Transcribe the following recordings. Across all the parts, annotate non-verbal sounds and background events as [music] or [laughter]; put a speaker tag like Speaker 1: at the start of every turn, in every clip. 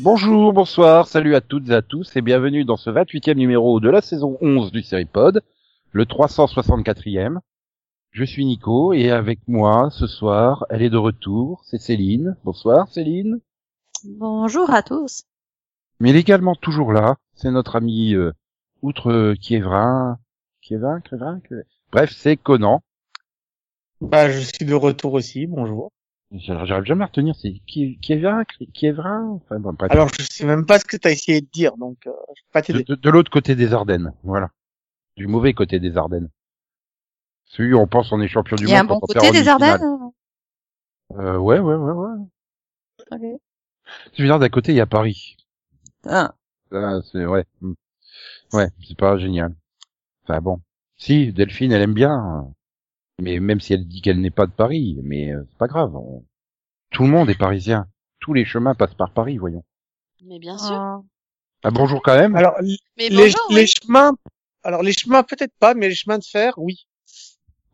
Speaker 1: Bonjour, bonsoir, salut à toutes et à tous et bienvenue dans ce 28e numéro de la saison 11 du Seripod, le 364e. Je suis Nico et avec moi ce soir, elle est de retour, c'est Céline. Bonsoir Céline.
Speaker 2: Bonjour à tous.
Speaker 1: Mais elle est également toujours là, c'est notre ami euh, outre Kievrin, Kievrin, Kievrin, Kievrin- Bref, c'est Conan.
Speaker 3: Bah, je suis de retour aussi, bonjour.
Speaker 1: J'arrive jamais à retenir, c'est Kie- Kievrin, Kievrin, enfin bon, bref.
Speaker 3: Alors, je sais même pas ce que t'as essayé de dire, donc euh, je peux pas
Speaker 1: De,
Speaker 3: t'aider.
Speaker 1: de- de l'autre côté des Ardennes, voilà. Du mauvais côté des Ardennes. Celui où on pense on est champion du
Speaker 2: Il
Speaker 1: monde.
Speaker 2: y a un bon
Speaker 1: quand on perd
Speaker 2: côté
Speaker 1: en
Speaker 2: des
Speaker 1: demi-finale.
Speaker 2: Ardennes
Speaker 1: euh, Ouais, ouais, ouais, ouais.
Speaker 2: Ok.
Speaker 1: Tu veux dire, d'à côté, il y a Paris.
Speaker 2: Ah,
Speaker 1: Ah, c'est ouais. hmm. Ouais, c'est pas génial. Enfin bon. Si, Delphine, elle aime bien. hein. Mais même si elle dit qu'elle n'est pas de Paris, mais euh, c'est pas grave. on- Tout le monde est parisien. Tous les chemins passent par Paris, voyons.
Speaker 4: Mais bien sûr.
Speaker 2: ah.
Speaker 1: Ah, bonjour quand même.
Speaker 3: Alors, l-
Speaker 4: Mais
Speaker 3: les,
Speaker 4: bonjour, oui.
Speaker 3: les chemins, alors les chemins peut-être pas, mais les chemins de fer, oui.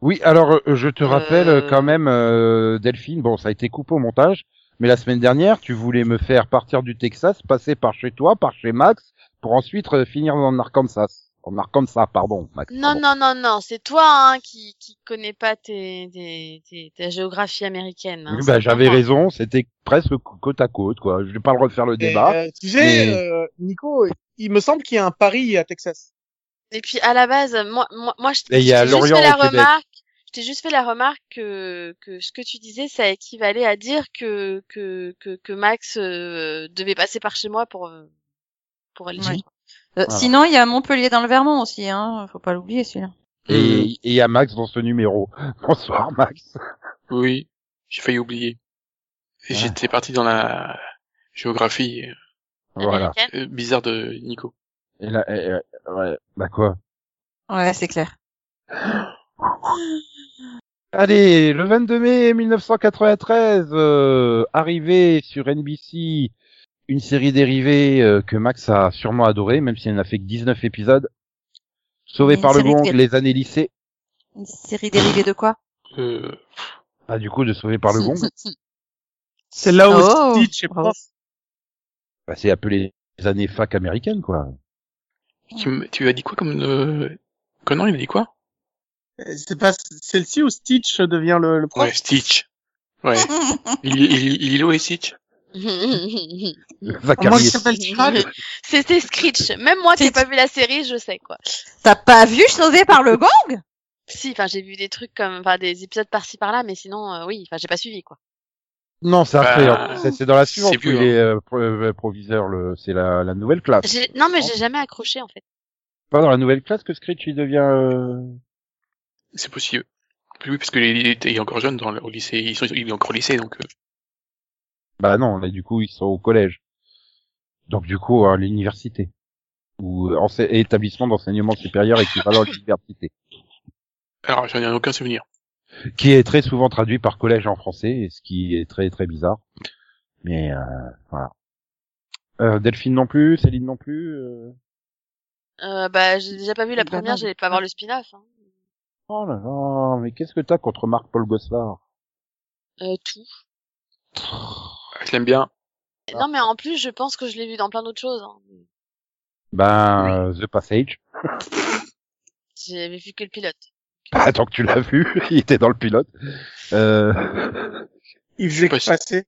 Speaker 1: Oui, alors euh, je te rappelle
Speaker 4: Euh.
Speaker 1: euh, quand même, euh, Delphine, bon, ça a été coupé au montage, mais la semaine dernière, tu voulais me faire partir du Texas, passer par chez toi, par chez Max, pour ensuite euh, finir en Arkansas. En Arkansas, pardon, Max.
Speaker 4: Non,
Speaker 1: pardon.
Speaker 4: non, non, non, c'est toi hein, qui qui connais pas tes, tes, tes- ta géographie américaine. hein,
Speaker 1: Oui,
Speaker 4: c'est
Speaker 1: bah,
Speaker 4: pas
Speaker 1: j'avais
Speaker 4: moi.
Speaker 1: raison, c'était presque cô- côte à côte, quoi. Je vais pas le refaire le
Speaker 3: Et,
Speaker 1: débat.
Speaker 3: euh, tu sais,
Speaker 1: mais-
Speaker 3: euh, Nico, il me semble qu'il y a un pari à Texas.
Speaker 4: Et puis à la base, moi, moi, moi je
Speaker 1: Et
Speaker 4: t'ai
Speaker 1: il y a
Speaker 4: juste fait
Speaker 1: Lorient
Speaker 4: la
Speaker 1: au Québec.
Speaker 4: remarque. Je t'ai juste fait la remarque que, que ce que tu disais, ça équivalait à dire que que que, que Max euh, devait passer par chez moi pour euh, pour aller chez
Speaker 2: Ouais.
Speaker 4: toi.
Speaker 2: Euh,
Speaker 1: Voilà.
Speaker 2: Sinon, il y a Montpellier dans le Vermont aussi, hein. Faut pas l'oublier celui-là.
Speaker 1: Et
Speaker 4: Hmm.
Speaker 1: et il y a Max dans ce numéro. [laughs] Bonsoir, Max.
Speaker 5: Oui, j'ai failli oublier.
Speaker 1: Ah.
Speaker 5: Et J'étais parti dans la géographie
Speaker 4: [laughs]
Speaker 1: Voilà.
Speaker 4: Américaine.
Speaker 5: euh, bizarre de Nico.
Speaker 1: Et là, et, euh, ouais, bah quoi.
Speaker 2: Ouais, c'est clair.
Speaker 1: Allez, le 22 mai 1993, euh, arrivée sur NBC, une série dérivée euh, que Max a sûrement adorée, même si elle n'a fait que 19 épisodes. Sauvé
Speaker 2: Une
Speaker 1: par le
Speaker 2: série de
Speaker 1: gong,
Speaker 2: quel-
Speaker 1: les années lycées.
Speaker 2: Une série dérivée de quoi
Speaker 5: Euh,
Speaker 1: Ah, du coup, de Sauvé par le
Speaker 2: [laughs]
Speaker 1: gong,
Speaker 3: C'est là où
Speaker 2: Oh,
Speaker 3: Stitch est
Speaker 2: bravo.
Speaker 3: prof.
Speaker 1: bah, c'est appelé les années fac américaines, quoi.
Speaker 5: tu, m- tu as dit quoi comme euh, Conan, il a dit quoi
Speaker 3: Euh, C'est pas celle-ci où Stitch devient le, le prof.
Speaker 5: Ouais, Stitch. Ouais, il, il, il, Lilo et Stitch.
Speaker 1: Zachary
Speaker 3: Moi qui
Speaker 1: est-
Speaker 3: s'appelle Chad.
Speaker 4: [laughs] C'était Screech. Même moi qui n'ai pas vu la série, je sais quoi.
Speaker 2: T'as pas vu Sauvé par le gong
Speaker 4: Si, enfin j'ai vu des trucs comme enfin des épisodes par-ci par-là, mais sinon euh, oui, enfin j'ai pas suivi quoi.
Speaker 1: Non, c'est après,
Speaker 5: Bah,
Speaker 1: hein. c'est c'est dans la suivante
Speaker 5: c'est
Speaker 1: où
Speaker 5: plus,
Speaker 1: il est euh, pro- euh, proviseur, le- c'est la, la nouvelle classe.
Speaker 4: J'ai- Non mais j'ai jamais accroché en fait.
Speaker 1: Pas dans la nouvelle classe que Screech, il devient... euh,
Speaker 5: C'est possible. Oui, parce qu'il est, il est encore jeune dans le, au lycée. Ils sont- il est encore au lycée, donc. euh,
Speaker 1: Bah non, là du coup ils sont au collège. Donc du coup à l'université. Ou euh, ense- établissement d'enseignement supérieur équivalent à l'université.
Speaker 5: Alors, j'en ai aucun souvenir.
Speaker 1: Qui est très souvent traduit par collège en français, et ce qui est très très bizarre. Mais euh, voilà. Euh, Delphine non plus, Céline non plus. euh.
Speaker 4: Euh, bah, j'ai déjà pas vu la
Speaker 2: Bah non,
Speaker 4: première, j'allais pas voir le spin-off. hein.
Speaker 1: Oh là là, mais qu'est-ce que t'as contre Marc-Paul Gosselaar
Speaker 4: Euh, tout.
Speaker 5: Je l'aime bien.
Speaker 1: Ah.
Speaker 4: Non, mais en plus, je pense que je l'ai vu dans plein d'autres choses. hein.
Speaker 1: Ben, euh, The Passage.
Speaker 4: J'avais vu que le pilote.
Speaker 1: Bah, tant que tu l'as vu, [laughs] il était dans le pilote. Euh...
Speaker 3: Il faisait
Speaker 5: Ouais,
Speaker 3: que passer.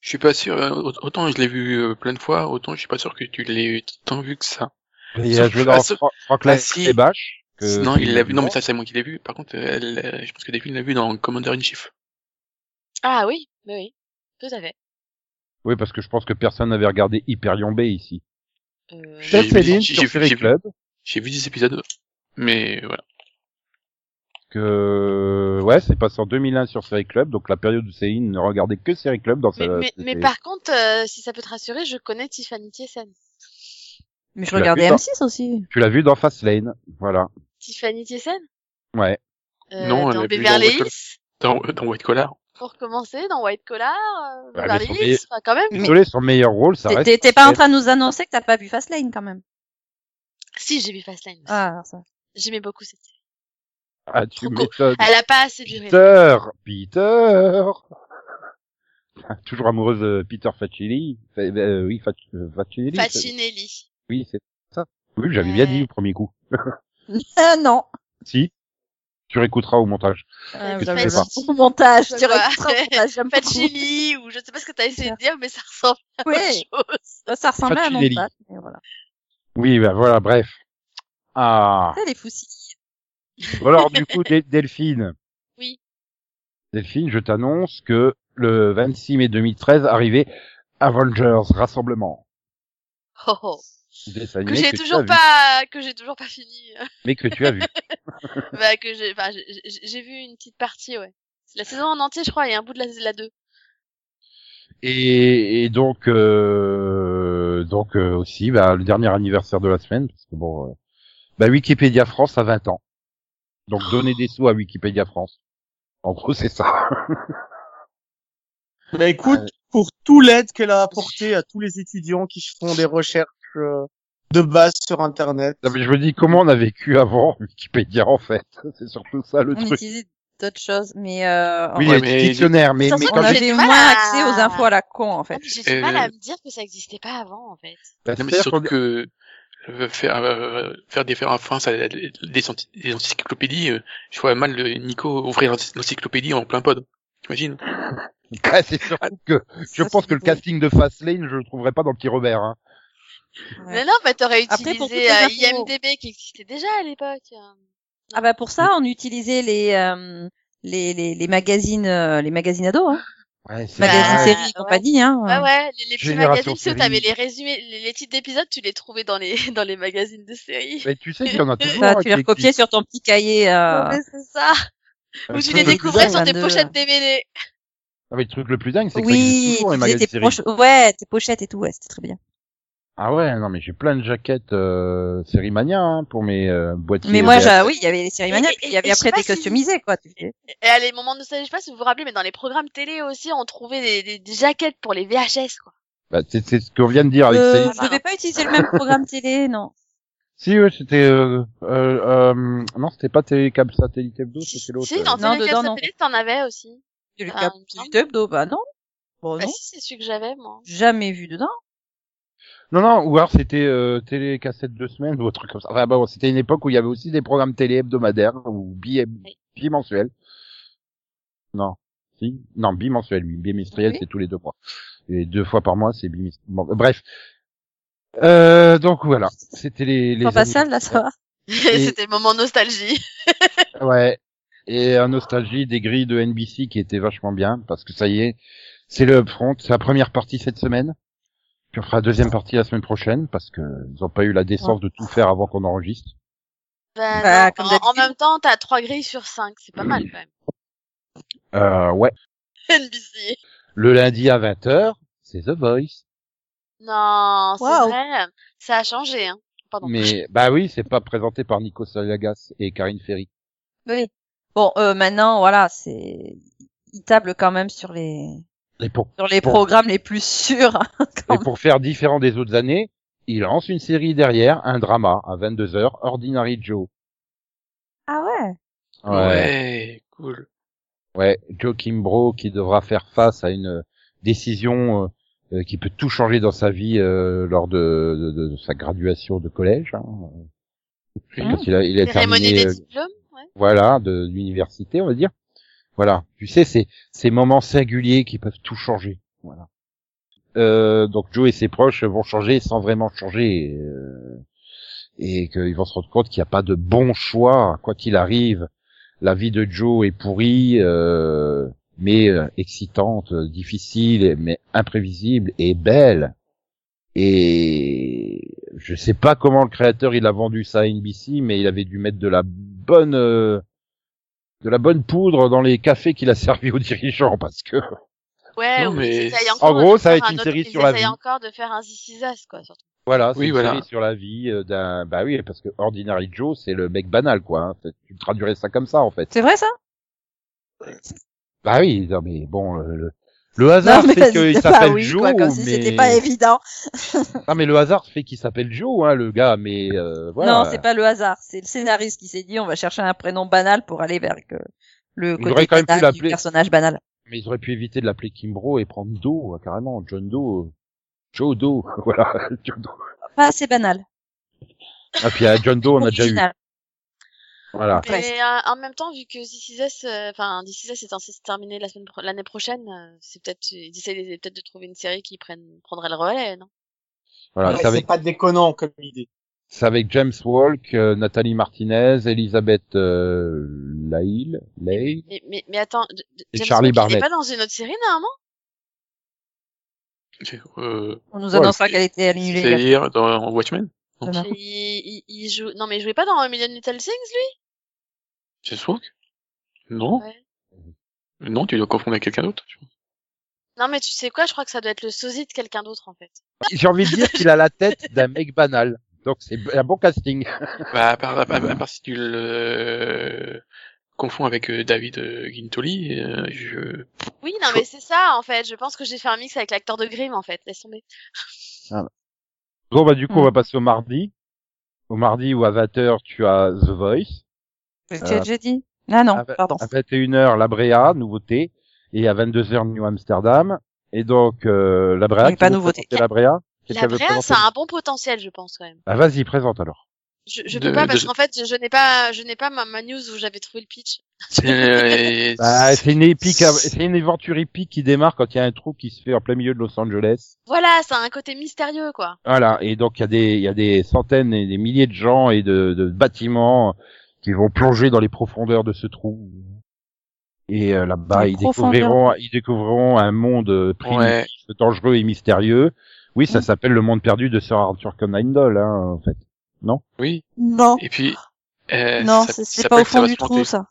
Speaker 5: Je suis pas sûr. euh, au- Autant je l'ai vu euh, plein de fois, autant je suis pas sûr que tu l'aies tant vu que ça.
Speaker 1: Il a joué dans
Speaker 5: Ah, ce-
Speaker 1: Fra- Franklin
Speaker 5: Ah, si.
Speaker 1: et Bash. que-
Speaker 5: non, il l'a vu. Non, mais ça, c'est moi qui l'ai vu. Par contre, euh, elle, euh, je pense que Delphine l'a vu dans Commander in Chief.
Speaker 4: Ah oui, mais oui, tout à fait.
Speaker 1: Oui, parce que je pense que personne n'avait regardé Hyperion Bay ici.
Speaker 4: Euh,
Speaker 5: J'ai-
Speaker 1: Chef Céline
Speaker 5: j'ai-
Speaker 1: sur
Speaker 5: j'ai-
Speaker 1: Série
Speaker 5: j'ai vu.
Speaker 1: Club,
Speaker 5: J'ai vu des épisodes, mais voilà.
Speaker 1: que, ouais, c'est passé en 2001 sur Série Club, donc la période où Céline ne regardait que Série Club dans sa...
Speaker 4: mais, mais, mais
Speaker 1: ses-
Speaker 4: par contre, euh, si ça peut te rassurer, je connais Tiffany Thiessen.
Speaker 2: Mais je
Speaker 1: Tu l'as
Speaker 2: regardais
Speaker 1: vu,
Speaker 2: M6 aussi.
Speaker 1: Tu l'as vu dans Fastlane, voilà.
Speaker 4: Tiffany Thiessen
Speaker 1: Ouais.
Speaker 4: Euh,
Speaker 5: Non, elle
Speaker 4: dans
Speaker 5: a plus
Speaker 4: Beverly
Speaker 5: dans White
Speaker 4: Hills,
Speaker 5: Dans, dans White Collar.
Speaker 4: pour commencer, dans White Collar, euh,
Speaker 1: Bah,
Speaker 4: Beverly
Speaker 1: mais son
Speaker 4: Hills,
Speaker 1: meilleur-
Speaker 4: enfin, quand même.
Speaker 1: Désolé, son meilleur rôle, ça
Speaker 2: T'es-
Speaker 1: reste.
Speaker 2: T'es t'es pas en train de nous annoncer que t'as pas vu Fastlane quand même.
Speaker 4: Si, j'ai vu Fastlane. aussi.
Speaker 2: Ah, alors [laughs] ça.
Speaker 4: J'aimais beaucoup cette série.
Speaker 1: Ah, tu
Speaker 4: Trop
Speaker 1: m'étonnes.
Speaker 4: Elle a pas assez duré.
Speaker 1: Peter, Peter. [laughs] Toujours amoureuse de Peter Facinelli. Fa- euh, oui, Fac- euh, Facinelli. c'est-
Speaker 4: Facinelli.
Speaker 1: Oui, c'est ça. Oui, j'avais bien
Speaker 4: Ouais.
Speaker 1: dit le premier coup. [laughs]
Speaker 2: Ah non.
Speaker 1: Si. Tu réécouteras au montage.
Speaker 2: Euh,
Speaker 1: Que
Speaker 2: j'avais
Speaker 1: tu fais pas.
Speaker 2: beaucoup de montage,
Speaker 4: Je
Speaker 2: tu
Speaker 4: vois.
Speaker 2: réécouteras le montage, j'aime beaucoup.
Speaker 4: Facinelli, ou je sais pas ce que t'as essayé de dire, mais ça ressemble à autre
Speaker 2: Oui,
Speaker 4: chose. [laughs]
Speaker 2: ça ressemblait à un nom
Speaker 1: Facinelli.
Speaker 2: de pâte, mais voilà.
Speaker 1: Oui, ben voilà, bref. Ah.
Speaker 2: C'est des fousilles.
Speaker 1: Bon, Alors du
Speaker 4: [laughs]
Speaker 1: coup, Del- Delphine.
Speaker 4: Oui.
Speaker 1: Delphine, je t'annonce que le 26 mai 2013 arrivait Avengers Rassemblement.
Speaker 4: Oh, oh.
Speaker 1: Dessin
Speaker 4: Que
Speaker 1: animé
Speaker 4: j'ai
Speaker 1: tu as
Speaker 4: toujours
Speaker 1: vu,
Speaker 4: pas, que j'ai toujours pas fini. [laughs]
Speaker 1: mais que tu as vu.
Speaker 4: bah, que j'ai, enfin, j'ai- j'ai j'ai vu une petite partie, ouais. C'est la saison en entier, je crois, il y a un bout de la, la 2.
Speaker 1: Et, et donc, euh, donc euh, aussi, bah, le dernier anniversaire de la semaine, parce que bon, euh, bah, Wikipédia France a 20 ans. Donc,
Speaker 4: Oh.
Speaker 1: donner des sous à Wikipédia France. En gros, c'est ça.
Speaker 3: Bah écoute, pour tout l'aide qu'elle a apporté à tous les étudiants qui font des recherches euh, de base sur Internet.
Speaker 1: Non, mais je me dis, comment on a vécu avant Wikipédia, en fait [laughs] C'est surtout ça le
Speaker 2: On
Speaker 1: truc.
Speaker 2: utilisait d'autres choses, mais euh,
Speaker 1: Oui,
Speaker 5: Ouais,
Speaker 1: le
Speaker 5: mais-
Speaker 1: dictionnaire, mais,
Speaker 2: De toute
Speaker 1: mais
Speaker 2: façon,
Speaker 1: quand
Speaker 2: on
Speaker 4: j'ai
Speaker 1: même,
Speaker 4: du
Speaker 2: avait
Speaker 4: mal
Speaker 2: moins
Speaker 4: à-
Speaker 2: accès aux infos à la con, en fait.
Speaker 4: Ah, mais j'ai du
Speaker 5: Euh,
Speaker 4: mal à me dire que ça existait pas avant, en fait.
Speaker 1: bah,
Speaker 5: Non, mais
Speaker 1: c'est-à-dire
Speaker 5: surtout
Speaker 1: qu'on-
Speaker 5: que euh, faire, euh, faire des faire enfin, ça, des, enti- des encyclopédies, euh, je vois mal le Nico ouvrir l'ency- l'encyclopédie en plein pod. T'imagines
Speaker 1: Ah, c'est surtout que je
Speaker 2: Ça,
Speaker 1: pense
Speaker 2: c'est
Speaker 1: que le
Speaker 2: dégueu.
Speaker 1: casting de Fastlane, je le trouverais pas dans Petit Robert. Hein.
Speaker 4: Mais non, bah, t'aurais
Speaker 2: Après, pour
Speaker 4: utilisé
Speaker 2: toutes les
Speaker 4: euh,
Speaker 2: infos-
Speaker 4: IMDB qui existait déjà à l'époque. hein.
Speaker 2: Ah bah pour ça, on utilisait les euh, les, les les magazines euh, les magazines ados, hein.
Speaker 1: Ouais, c'est
Speaker 2: magazines
Speaker 4: Bah,
Speaker 1: vrai.
Speaker 2: séries
Speaker 4: ouais.
Speaker 2: et compagnie, hein.
Speaker 4: Ouais, Bah ouais, les, les petits
Speaker 1: Génération
Speaker 4: magazines, tu sais, où
Speaker 1: série.
Speaker 4: t'avais les résumés, les, les titres d'épisodes, tu les trouvais dans les, [laughs] dans les magazines de séries.
Speaker 1: Mais tu sais qu'il y en a toujours.
Speaker 2: Ça,
Speaker 1: hein,
Speaker 2: tu les
Speaker 1: qui-
Speaker 2: recopiais sur ton petit cahier. euh,
Speaker 4: Ouais, c'est ça.
Speaker 1: qui-
Speaker 4: Ou tu
Speaker 1: Euh,
Speaker 4: les
Speaker 1: le-
Speaker 4: découvrais
Speaker 2: dingue,
Speaker 4: sur tes
Speaker 2: 22,
Speaker 4: pochettes
Speaker 2: hein.
Speaker 4: DVD.
Speaker 1: Ah, mais le truc le plus dingue, c'est que ça existe
Speaker 2: Oui,
Speaker 1: toujours, les
Speaker 2: tu faisais
Speaker 1: magazines
Speaker 2: tes
Speaker 1: séries.
Speaker 2: poches- ouais, tes pochettes et tout, ouais, c'était très bien.
Speaker 1: Ah ouais, non mais j'ai plein de jaquettes euh, série mania hein, pour mes euh, boîtiers.
Speaker 2: Mais moi,
Speaker 1: VHS.
Speaker 2: j'ai- oui, il y avait les séries
Speaker 4: Et-
Speaker 2: maniaques,
Speaker 4: et-
Speaker 2: puis il y avait
Speaker 4: et je sais
Speaker 2: après des
Speaker 4: pas si-
Speaker 2: customisés, quoi. tu sais.
Speaker 4: Et à les moments de nostalgie, je sais pas si vous vous rappelez, mais dans les programmes télé aussi, on trouvait des, des, des jaquettes pour les VHS, quoi.
Speaker 1: Bah, c'est, c'est ce qu'on vient de dire avec
Speaker 2: Euh,
Speaker 1: Céline.
Speaker 2: je devais pas utiliser le même programme télé, non.
Speaker 1: Si ouais, c'était euh, euh, euh, non, c'était pas Télécable Satellite Hebdo, c'était l'autre.
Speaker 4: Si,
Speaker 1: euh.
Speaker 4: dans
Speaker 2: Non,
Speaker 4: Télécap
Speaker 2: dedans, non.
Speaker 4: Satellite, t'en avais aussi.
Speaker 2: Du
Speaker 4: Ah,
Speaker 2: cap-
Speaker 4: il me
Speaker 2: du
Speaker 4: semble.
Speaker 2: hebdo, bah non. Bon,
Speaker 4: Bah
Speaker 2: non.
Speaker 4: si, c'est celui que j'avais, moi.
Speaker 2: Jamais vu dedans.
Speaker 1: Non non, ou alors c'était euh, Télécassette de semaine ou un truc comme ça. Enfin bon, c'était une époque où il y avait aussi des programmes télé hebdomadaires ou bi bimensuels. Non. Si Non, bimensuel, oui. Bimestriel,
Speaker 2: Oui.
Speaker 1: c'est tous les deux mois. Et deux fois par mois, c'est bimestriel. Bon, bref. Euh, donc voilà, c'était les les
Speaker 2: Pas
Speaker 1: années-
Speaker 2: passable, là, bah, ça va.
Speaker 4: [laughs] C'était le moment nostalgie.
Speaker 1: Ouais. Et un nostalgie des grilles de NBC qui était vachement bien parce que ça y est, c'est le upfront, c'est la première partie cette semaine. Puis on fera la deuxième partie la semaine prochaine parce que ils ont pas eu la décence de tout faire avant qu'on enregistre.
Speaker 4: Bah,
Speaker 2: [laughs] Bah,
Speaker 4: non.
Speaker 2: comme
Speaker 4: En- en,
Speaker 2: d'habitude.
Speaker 4: même temps, t'as trois grilles sur 5, c'est pas mal, quand même. [laughs]
Speaker 1: Euh, ouais.
Speaker 4: NBC.
Speaker 1: Le lundi à 20h, c'est The Voice.
Speaker 4: Non,
Speaker 2: Waouh.
Speaker 4: c'est vrai. Ça a changé, hein. Pardon.
Speaker 1: Mais bah oui, c'est pas présenté par Nico Salagas et Karine Ferry.
Speaker 2: Oui. Bon, euh, maintenant, voilà, c'est, ils tablent quand même sur les,
Speaker 1: Et pour
Speaker 2: sur les
Speaker 1: Bon.
Speaker 2: programmes les plus sûrs. hein, [laughs] quand
Speaker 1: et
Speaker 2: même.
Speaker 1: pour faire différent des autres années, il lance une série derrière, un drama à 22h, Ordinary Joe.
Speaker 2: Ah ouais.
Speaker 5: ouais, cool.
Speaker 1: Ouais, Joe Kimbrough qui devra faire face à une euh, décision euh, euh, qui peut tout changer dans sa vie euh, lors de, de- de sa graduation de collège. hein.
Speaker 5: Oui.
Speaker 1: Quand il a, il a
Speaker 4: Cérémonie
Speaker 1: terminé,
Speaker 4: des
Speaker 1: euh,
Speaker 4: diplômes, ouais.
Speaker 1: voilà, de, de l'université, on va dire. Voilà, tu sais, c'est ces moments singuliers qui peuvent tout changer. Voilà. Euh, donc Joe et ses proches vont changer sans vraiment changer euh, et qu'ils vont se rendre compte qu'il n'y a pas de bon choix quoi qu'il arrive. La vie de Joe est pourrie, euh, mais euh, excitante, euh, difficile, mais imprévisible et belle. Et je sais pas comment le créateur il a vendu ça à NBC, mais il avait dû mettre de la bonne euh, de la bonne poudre dans les cafés qu'il a servi aux dirigeants parce que
Speaker 4: Ouais,
Speaker 5: Non,
Speaker 4: ou
Speaker 5: mais-
Speaker 4: qu'ils essayent
Speaker 1: En
Speaker 4: encore
Speaker 1: gros,
Speaker 4: de
Speaker 1: ça va
Speaker 4: faire
Speaker 1: être
Speaker 4: un
Speaker 1: une
Speaker 4: autre-
Speaker 1: série
Speaker 4: qu'ils
Speaker 1: sur la
Speaker 4: essayent
Speaker 1: vie.
Speaker 4: encore de faire un This Is Us, quoi, surtout.
Speaker 1: Voilà, c'est
Speaker 5: Oui,
Speaker 1: une
Speaker 5: voilà.
Speaker 1: série sur la vie euh, d'un. Bah oui, parce que Ordinary Joe, c'est le mec banal, quoi. hein. C'est- Tu traduirais ça comme ça, en fait.
Speaker 2: C'est vrai ça
Speaker 1: Bah oui, non, mais bon, le, le- le hasard
Speaker 2: mais
Speaker 1: fait
Speaker 2: vas-y,
Speaker 1: qu'il
Speaker 2: bah
Speaker 1: s'appelle
Speaker 2: oui,
Speaker 1: Joe,
Speaker 2: quoi, comme si
Speaker 1: mais
Speaker 2: c'était pas évident.
Speaker 1: non, mais le hasard fait qu'il s'appelle Joe, hein, le gars. Mais euh, voilà.
Speaker 2: Non, c'est pas le hasard. C'est le scénariste qui s'est dit on va chercher un prénom banal pour aller vers que le
Speaker 1: Il
Speaker 2: côté
Speaker 1: aurait quand même pu
Speaker 2: banal du
Speaker 1: l'appeler-
Speaker 2: personnage banal.
Speaker 1: Mais ils auraient pu éviter de l'appeler Kimbro et prendre Do, hein, carrément, John Do, euh, Joe Do, [laughs] voilà. John Doe.
Speaker 2: Pas assez banal.
Speaker 1: Ah puis à John Do, on a déjà eu.
Speaker 2: Original.
Speaker 1: Voilà.
Speaker 4: Mais euh, en même temps, vu que This Is Us, euh, enfin This Is Us est censé se terminer la semaine pro- l'année prochaine, euh, c'est peut-être ils essaient peut-être de trouver une série qui prenne prendrait le relais, non
Speaker 1: Voilà.
Speaker 3: Ouais,
Speaker 1: C'est avec,
Speaker 3: C'est pas déconnant comme idée.
Speaker 1: c'est avec James Walk, euh, Nathalie Martinez, Elisabeth euh, Lail, Leigh.
Speaker 4: mais, mais mais attends, de- de-
Speaker 1: Et
Speaker 4: James
Speaker 1: Charlie
Speaker 4: Bond, il
Speaker 1: Barnett.
Speaker 4: est pas dans une autre série normalement
Speaker 5: Euh,
Speaker 2: On nous
Speaker 1: Ouais,
Speaker 2: annoncera
Speaker 5: c'est-
Speaker 2: qu'elle était annulée.
Speaker 5: C'est-à-dire dans Watchmen
Speaker 2: Ça marche.
Speaker 4: il, il, il joue non mais il jouait pas dans A Million Little Things lui
Speaker 5: James Walk Non
Speaker 4: Ouais.
Speaker 5: Non, tu dois confondre avec quelqu'un d'autre. tu vois.
Speaker 4: Non mais tu sais quoi, je crois que ça doit être le sosie de quelqu'un d'autre en fait.
Speaker 1: J'ai envie de dire qu'il a la tête d'un mec banal. Donc c'est b- un bon casting.
Speaker 5: Bah, à part, à part- à part si tu le confonds avec euh, David euh, Gintoli, euh, je...
Speaker 4: Oui, non mais c'est ça en fait, je pense que j'ai fait un mix avec l'acteur de Grimm en fait, laisse tomber.
Speaker 1: Bon bah du coup
Speaker 2: Hmm.
Speaker 1: on va passer au mardi. Au mardi ou à 20h tu as The Voice.
Speaker 2: Tu
Speaker 1: Euh,
Speaker 2: l'as déjà dit Ah non,
Speaker 1: à vingt-
Speaker 2: pardon.
Speaker 1: À 21h La Brea, nouveauté. Et à 22h New Amsterdam. Et donc euh, La Brea.
Speaker 2: Oui,
Speaker 1: qui
Speaker 2: pas
Speaker 1: veut
Speaker 2: nouveauté.
Speaker 1: présenter La Brea. Quelqu'un
Speaker 4: La
Speaker 1: veut
Speaker 4: Brea,
Speaker 1: présenter
Speaker 4: ça a un bon potentiel, je pense quand même.
Speaker 1: Bah, vas-y présente alors.
Speaker 4: Je, je
Speaker 5: De-
Speaker 4: peux pas parce
Speaker 5: de-
Speaker 4: qu'en fait, je, je n'ai pas, je n'ai pas ma, ma news où j'avais trouvé le pitch.
Speaker 5: Euh,
Speaker 1: Bah, c'est une épique, av- c'est une aventure épique qui démarre quand il y a un trou qui se fait en plein milieu de Los Angeles.
Speaker 4: Voilà, ça a un côté mystérieux quoi.
Speaker 1: Voilà. Et donc, il y a des, il y a des centaines et des milliers de gens et de, de bâtiments qui vont plonger dans les profondeurs de ce trou. Et euh, là-bas,
Speaker 2: Les
Speaker 1: ils
Speaker 2: profondeurs.
Speaker 1: découvriront, ils découvriront un monde euh, primitif,
Speaker 5: Ouais.
Speaker 1: dangereux et mystérieux. Oui, ça
Speaker 2: Mm.
Speaker 1: s'appelle le monde perdu de Sir Arthur Conan Doyle, hein, en fait.
Speaker 5: Oui,
Speaker 2: Non,
Speaker 5: et puis... euh,
Speaker 2: non,
Speaker 5: ça-
Speaker 2: c'est-
Speaker 5: ça
Speaker 2: c'est pas
Speaker 5: peut-
Speaker 2: au
Speaker 5: ça
Speaker 2: fond
Speaker 5: va
Speaker 2: du
Speaker 5: se planter.
Speaker 2: trou ça.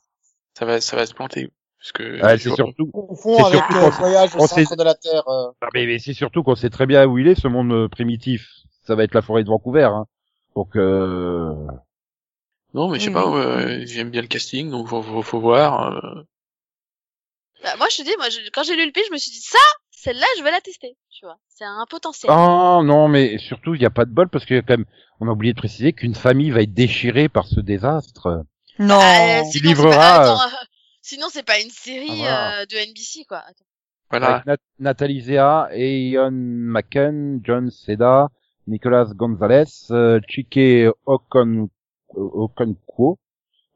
Speaker 5: Ça va, ça va se planter. Parce que...
Speaker 1: Ouais,
Speaker 5: je-
Speaker 1: c'est surtout.
Speaker 3: On confond
Speaker 1: C'est
Speaker 3: avec
Speaker 1: surtout
Speaker 3: euh,
Speaker 1: qu'on-
Speaker 3: voyage
Speaker 1: on
Speaker 3: au
Speaker 1: sait-
Speaker 3: centre de la Terre. euh.
Speaker 1: Ah, mais, mais c'est surtout qu'on sait très bien où il est, ce monde euh, primitif. Ça va être la forêt de Vancouver. Hein. Donc, euh...
Speaker 5: Non, mais je sais
Speaker 2: Oui,
Speaker 5: pas,
Speaker 2: oui.
Speaker 5: euh, j'aime bien le casting, donc faut, faut, faut voir. euh.
Speaker 4: Bah, moi, je te dis, moi, je- quand j'ai lu le pitch, je me suis dit, ça, celle-là, je vais la tester. Tu vois, c'est un potentiel.
Speaker 1: Ah non, mais surtout, il n'y a pas de bol parce que quand même, on a oublié de préciser qu'une famille va être déchirée par ce désastre.
Speaker 2: Non.
Speaker 4: Ah, euh,
Speaker 1: Il
Speaker 4: sinon, c'est
Speaker 1: livrera,
Speaker 4: pas- attends, euh, sinon, c'est pas une série
Speaker 1: Ah, voilà.
Speaker 4: euh, de NBC, quoi. Attends.
Speaker 5: Voilà.
Speaker 1: Avec Nat Nathalie Zea, Ion McCann, John Seda, Nicolas Gonzalez, euh, Chike Okon Okonkwo,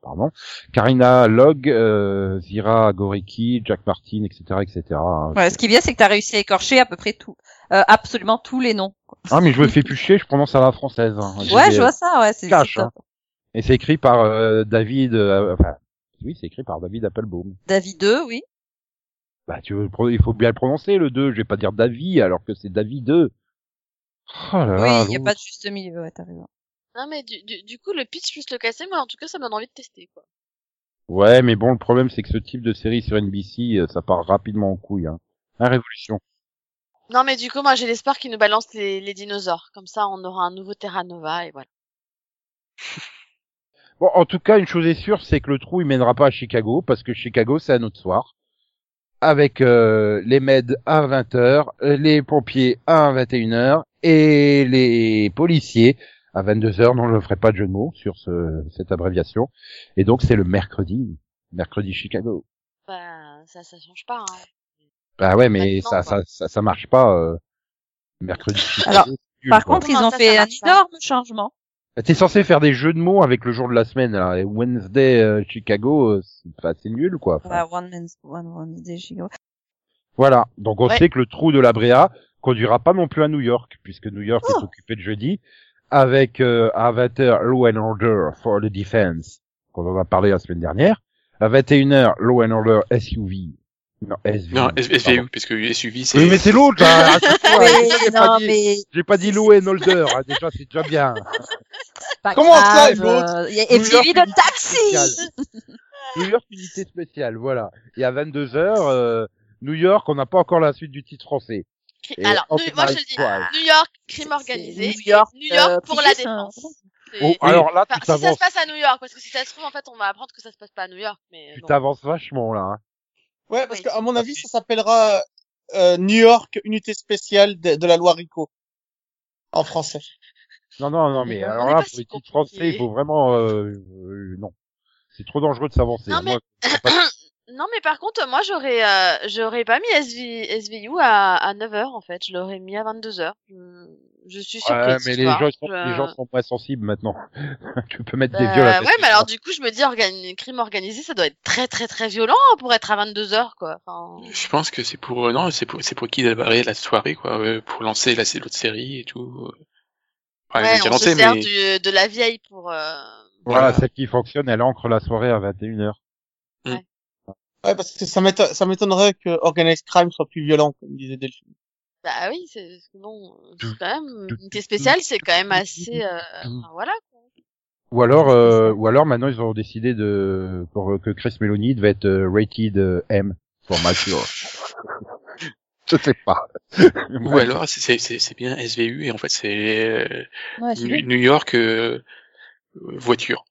Speaker 1: pardon, Karina Log, euh, Zira Goriki, Jack Martin, etc., etc. hein.
Speaker 2: Ouais, ce qui est bien, c'est que t'as réussi à écorcher à peu près tout, euh, absolument tous les noms.
Speaker 1: Ah, mais je me fais plus chier, je prononce à la française. hein. J'ai
Speaker 2: Ouais,
Speaker 1: des-
Speaker 2: je vois ça. Ouais, c'est euh,
Speaker 1: Cache, hein.
Speaker 2: c'est top.
Speaker 1: Et c'est écrit par euh, David, euh, enfin, oui, c'est écrit par David Applebaum.
Speaker 2: David 2, oui.
Speaker 1: Bah, tu veux, le pro- il faut bien le prononcer, le 2. Je vais pas dire David, alors que c'est David 2. Oh là là.
Speaker 2: oui, il y a
Speaker 1: donc-
Speaker 2: pas de juste milieu. Ouais, t'as raison.
Speaker 4: Non, mais du, du, du coup, le pitch plus le casting, moi, en tout cas, ça me donne envie de tester, quoi.
Speaker 1: Ouais, mais bon, le problème, c'est que ce type de série sur NBC, euh, ça part rapidement en couille, hein. La révolution.
Speaker 4: Non, mais du coup, moi, j'ai l'espoir qu'ils nous balancent les, les dinosaures. Comme ça, on aura un nouveau Terra Nova, et voilà.
Speaker 1: Bon, en tout cas, une chose est sûre, c'est que le trou, il mènera pas à Chicago, parce que Chicago, c'est un autre soir. Avec euh, les meds à 20h, les pompiers à 21h, et les policiers à 22h. Non, je ne ferai pas de jeu de mots sur ce- cette abréviation. Et donc, c'est le mercredi. Mercredi Chicago.
Speaker 4: Bah, ça, ça change pas, hein.
Speaker 1: Bah ouais, mais
Speaker 4: Maintenant,
Speaker 1: ça, ça,
Speaker 4: quoi.
Speaker 1: ça, ça marche pas. euh, mercredi Chicago.
Speaker 2: Alors,
Speaker 1: c'est nul,
Speaker 2: Par
Speaker 1: quoi.
Speaker 2: contre, ils
Speaker 4: Comment
Speaker 2: ont
Speaker 4: ça, ça
Speaker 2: fait un
Speaker 4: marche pas
Speaker 2: énorme changement.
Speaker 1: T'es censé faire des jeux de mots avec le jour de la semaine, là. Et Wednesday euh, Chicago, euh, c'est enfin, c'est nul, quoi. Enfin,
Speaker 2: Bah Ouais, one man's one woman's day, Chicago.
Speaker 1: Voilà. Donc on
Speaker 4: Ouais.
Speaker 1: sait que le trou de la Brea conduira pas non plus à New York, puisque New York
Speaker 2: Oh.
Speaker 1: est occupé de jeudi, avec euh, à 20h Law and Order for the Defense, qu'on en a parlé la semaine dernière. À 21h Law and Order SUV. Non, SVU.
Speaker 5: Non, S- SVU,
Speaker 1: pardon.
Speaker 5: parce que SUV, c'est...
Speaker 1: Oui, mais c'est l'autre, hein, à chaque fois.
Speaker 2: Oui,
Speaker 1: J'ai pas
Speaker 2: non,
Speaker 1: dit-
Speaker 2: [laughs] mais
Speaker 1: J'ai pas dit Law and Order, hein, déjà, c'est déjà bien.
Speaker 2: c'est pas
Speaker 3: Comment ça,
Speaker 2: grave,
Speaker 3: l'autre
Speaker 2: euh, il y a-
Speaker 1: New
Speaker 2: Et puis,
Speaker 1: York,
Speaker 2: il y a
Speaker 1: unité
Speaker 2: le taxi.
Speaker 1: spéciale.
Speaker 2: [laughs]
Speaker 1: New York unité spéciale, voilà. Et à 22 heures, euh, New York, on n'a pas encore la suite du titre français.
Speaker 4: Cri-
Speaker 1: Et
Speaker 4: Alors,
Speaker 3: en
Speaker 4: New-
Speaker 3: fait,
Speaker 4: moi je
Speaker 3: Marie-
Speaker 4: te le dis,
Speaker 3: Ouais.
Speaker 4: New York, crime
Speaker 2: C'est-
Speaker 4: organisé.
Speaker 2: c'est New York,
Speaker 4: New York
Speaker 2: euh,
Speaker 4: pour la
Speaker 2: plus, hein.
Speaker 4: défense. C'est-
Speaker 1: Oh, alors là,
Speaker 4: Enfin,
Speaker 1: tu
Speaker 4: si ça se
Speaker 1: t'avances,
Speaker 4: passe à New York, parce que si ça se trouve, en fait, on va apprendre que ça se passe pas à New York, mais
Speaker 1: tu
Speaker 4: bon.
Speaker 1: t'avances vachement là. hein.
Speaker 3: Ouais, parce
Speaker 4: Oui.
Speaker 3: qu'à
Speaker 1: Ah
Speaker 3: mon avis, ça s'appellera euh, New York, unité spéciale de, de la loi RICO. En français.
Speaker 1: Non, non, non, mais
Speaker 4: On
Speaker 1: alors
Speaker 4: n'est
Speaker 1: là,
Speaker 4: pas
Speaker 1: pour
Speaker 4: si
Speaker 1: les titres
Speaker 4: compliqué.
Speaker 1: français, il faut vraiment, euh, euh, non. C'est trop dangereux de s'avancer.
Speaker 4: Non,
Speaker 1: hein.
Speaker 4: mais-
Speaker 1: Moi, je comprends pas-
Speaker 4: Non, mais par contre, moi, j'aurais, euh, j'aurais pas mis SV, SVU à, à 9h, en fait. Je l'aurais mis à 22h. Je, je suis surprise.
Speaker 1: Ouais, mais
Speaker 4: tu
Speaker 1: les
Speaker 4: vois.
Speaker 1: gens, sont,
Speaker 4: Je-
Speaker 1: les gens sont pas sensibles maintenant. [laughs] tu peux mettre des
Speaker 4: Bah,
Speaker 1: viols à
Speaker 4: ouais, mais alors, du coup, je me dis, organi- crime organisé, ça doit être très, très, très violent hein, pour être à 22h, quoi. Enfin,
Speaker 5: Je pense que c'est pour euh, non, c'est pour c'est pour qui débarrer la soirée quoi, euh, pour lancer la l'autre série et tout. Enfin, elle est
Speaker 4: ouais,
Speaker 5: déjà
Speaker 4: on se
Speaker 5: lancée,
Speaker 4: sert
Speaker 5: Ah, mais
Speaker 4: du- de la vieille pour... euh,
Speaker 1: Voilà,
Speaker 5: Voilà.
Speaker 1: celle qui fonctionne, elle ancre la soirée à 21h.
Speaker 3: Ouais, parce que ça m'éton- ça m'étonnerait que Organized Crime soit plus violent, comme disait Delphine.
Speaker 4: Bah oui, c'est bon, c'est
Speaker 1: Tout-
Speaker 4: quand même
Speaker 1: tout-
Speaker 4: unité spéciale, c'est quand même assez, euh, enfin, voilà. quoi.
Speaker 1: Ou alors, euh, ou alors maintenant ils ont décidé de pour euh, que Chris Meloni devait être euh, rated euh, M pour mature. Je sais pas.
Speaker 5: ou alors c'est- c'est c'est c'est bien SVU et en fait c'est euh,
Speaker 2: Ouais, c'est
Speaker 5: New New York euh, euh, voiture.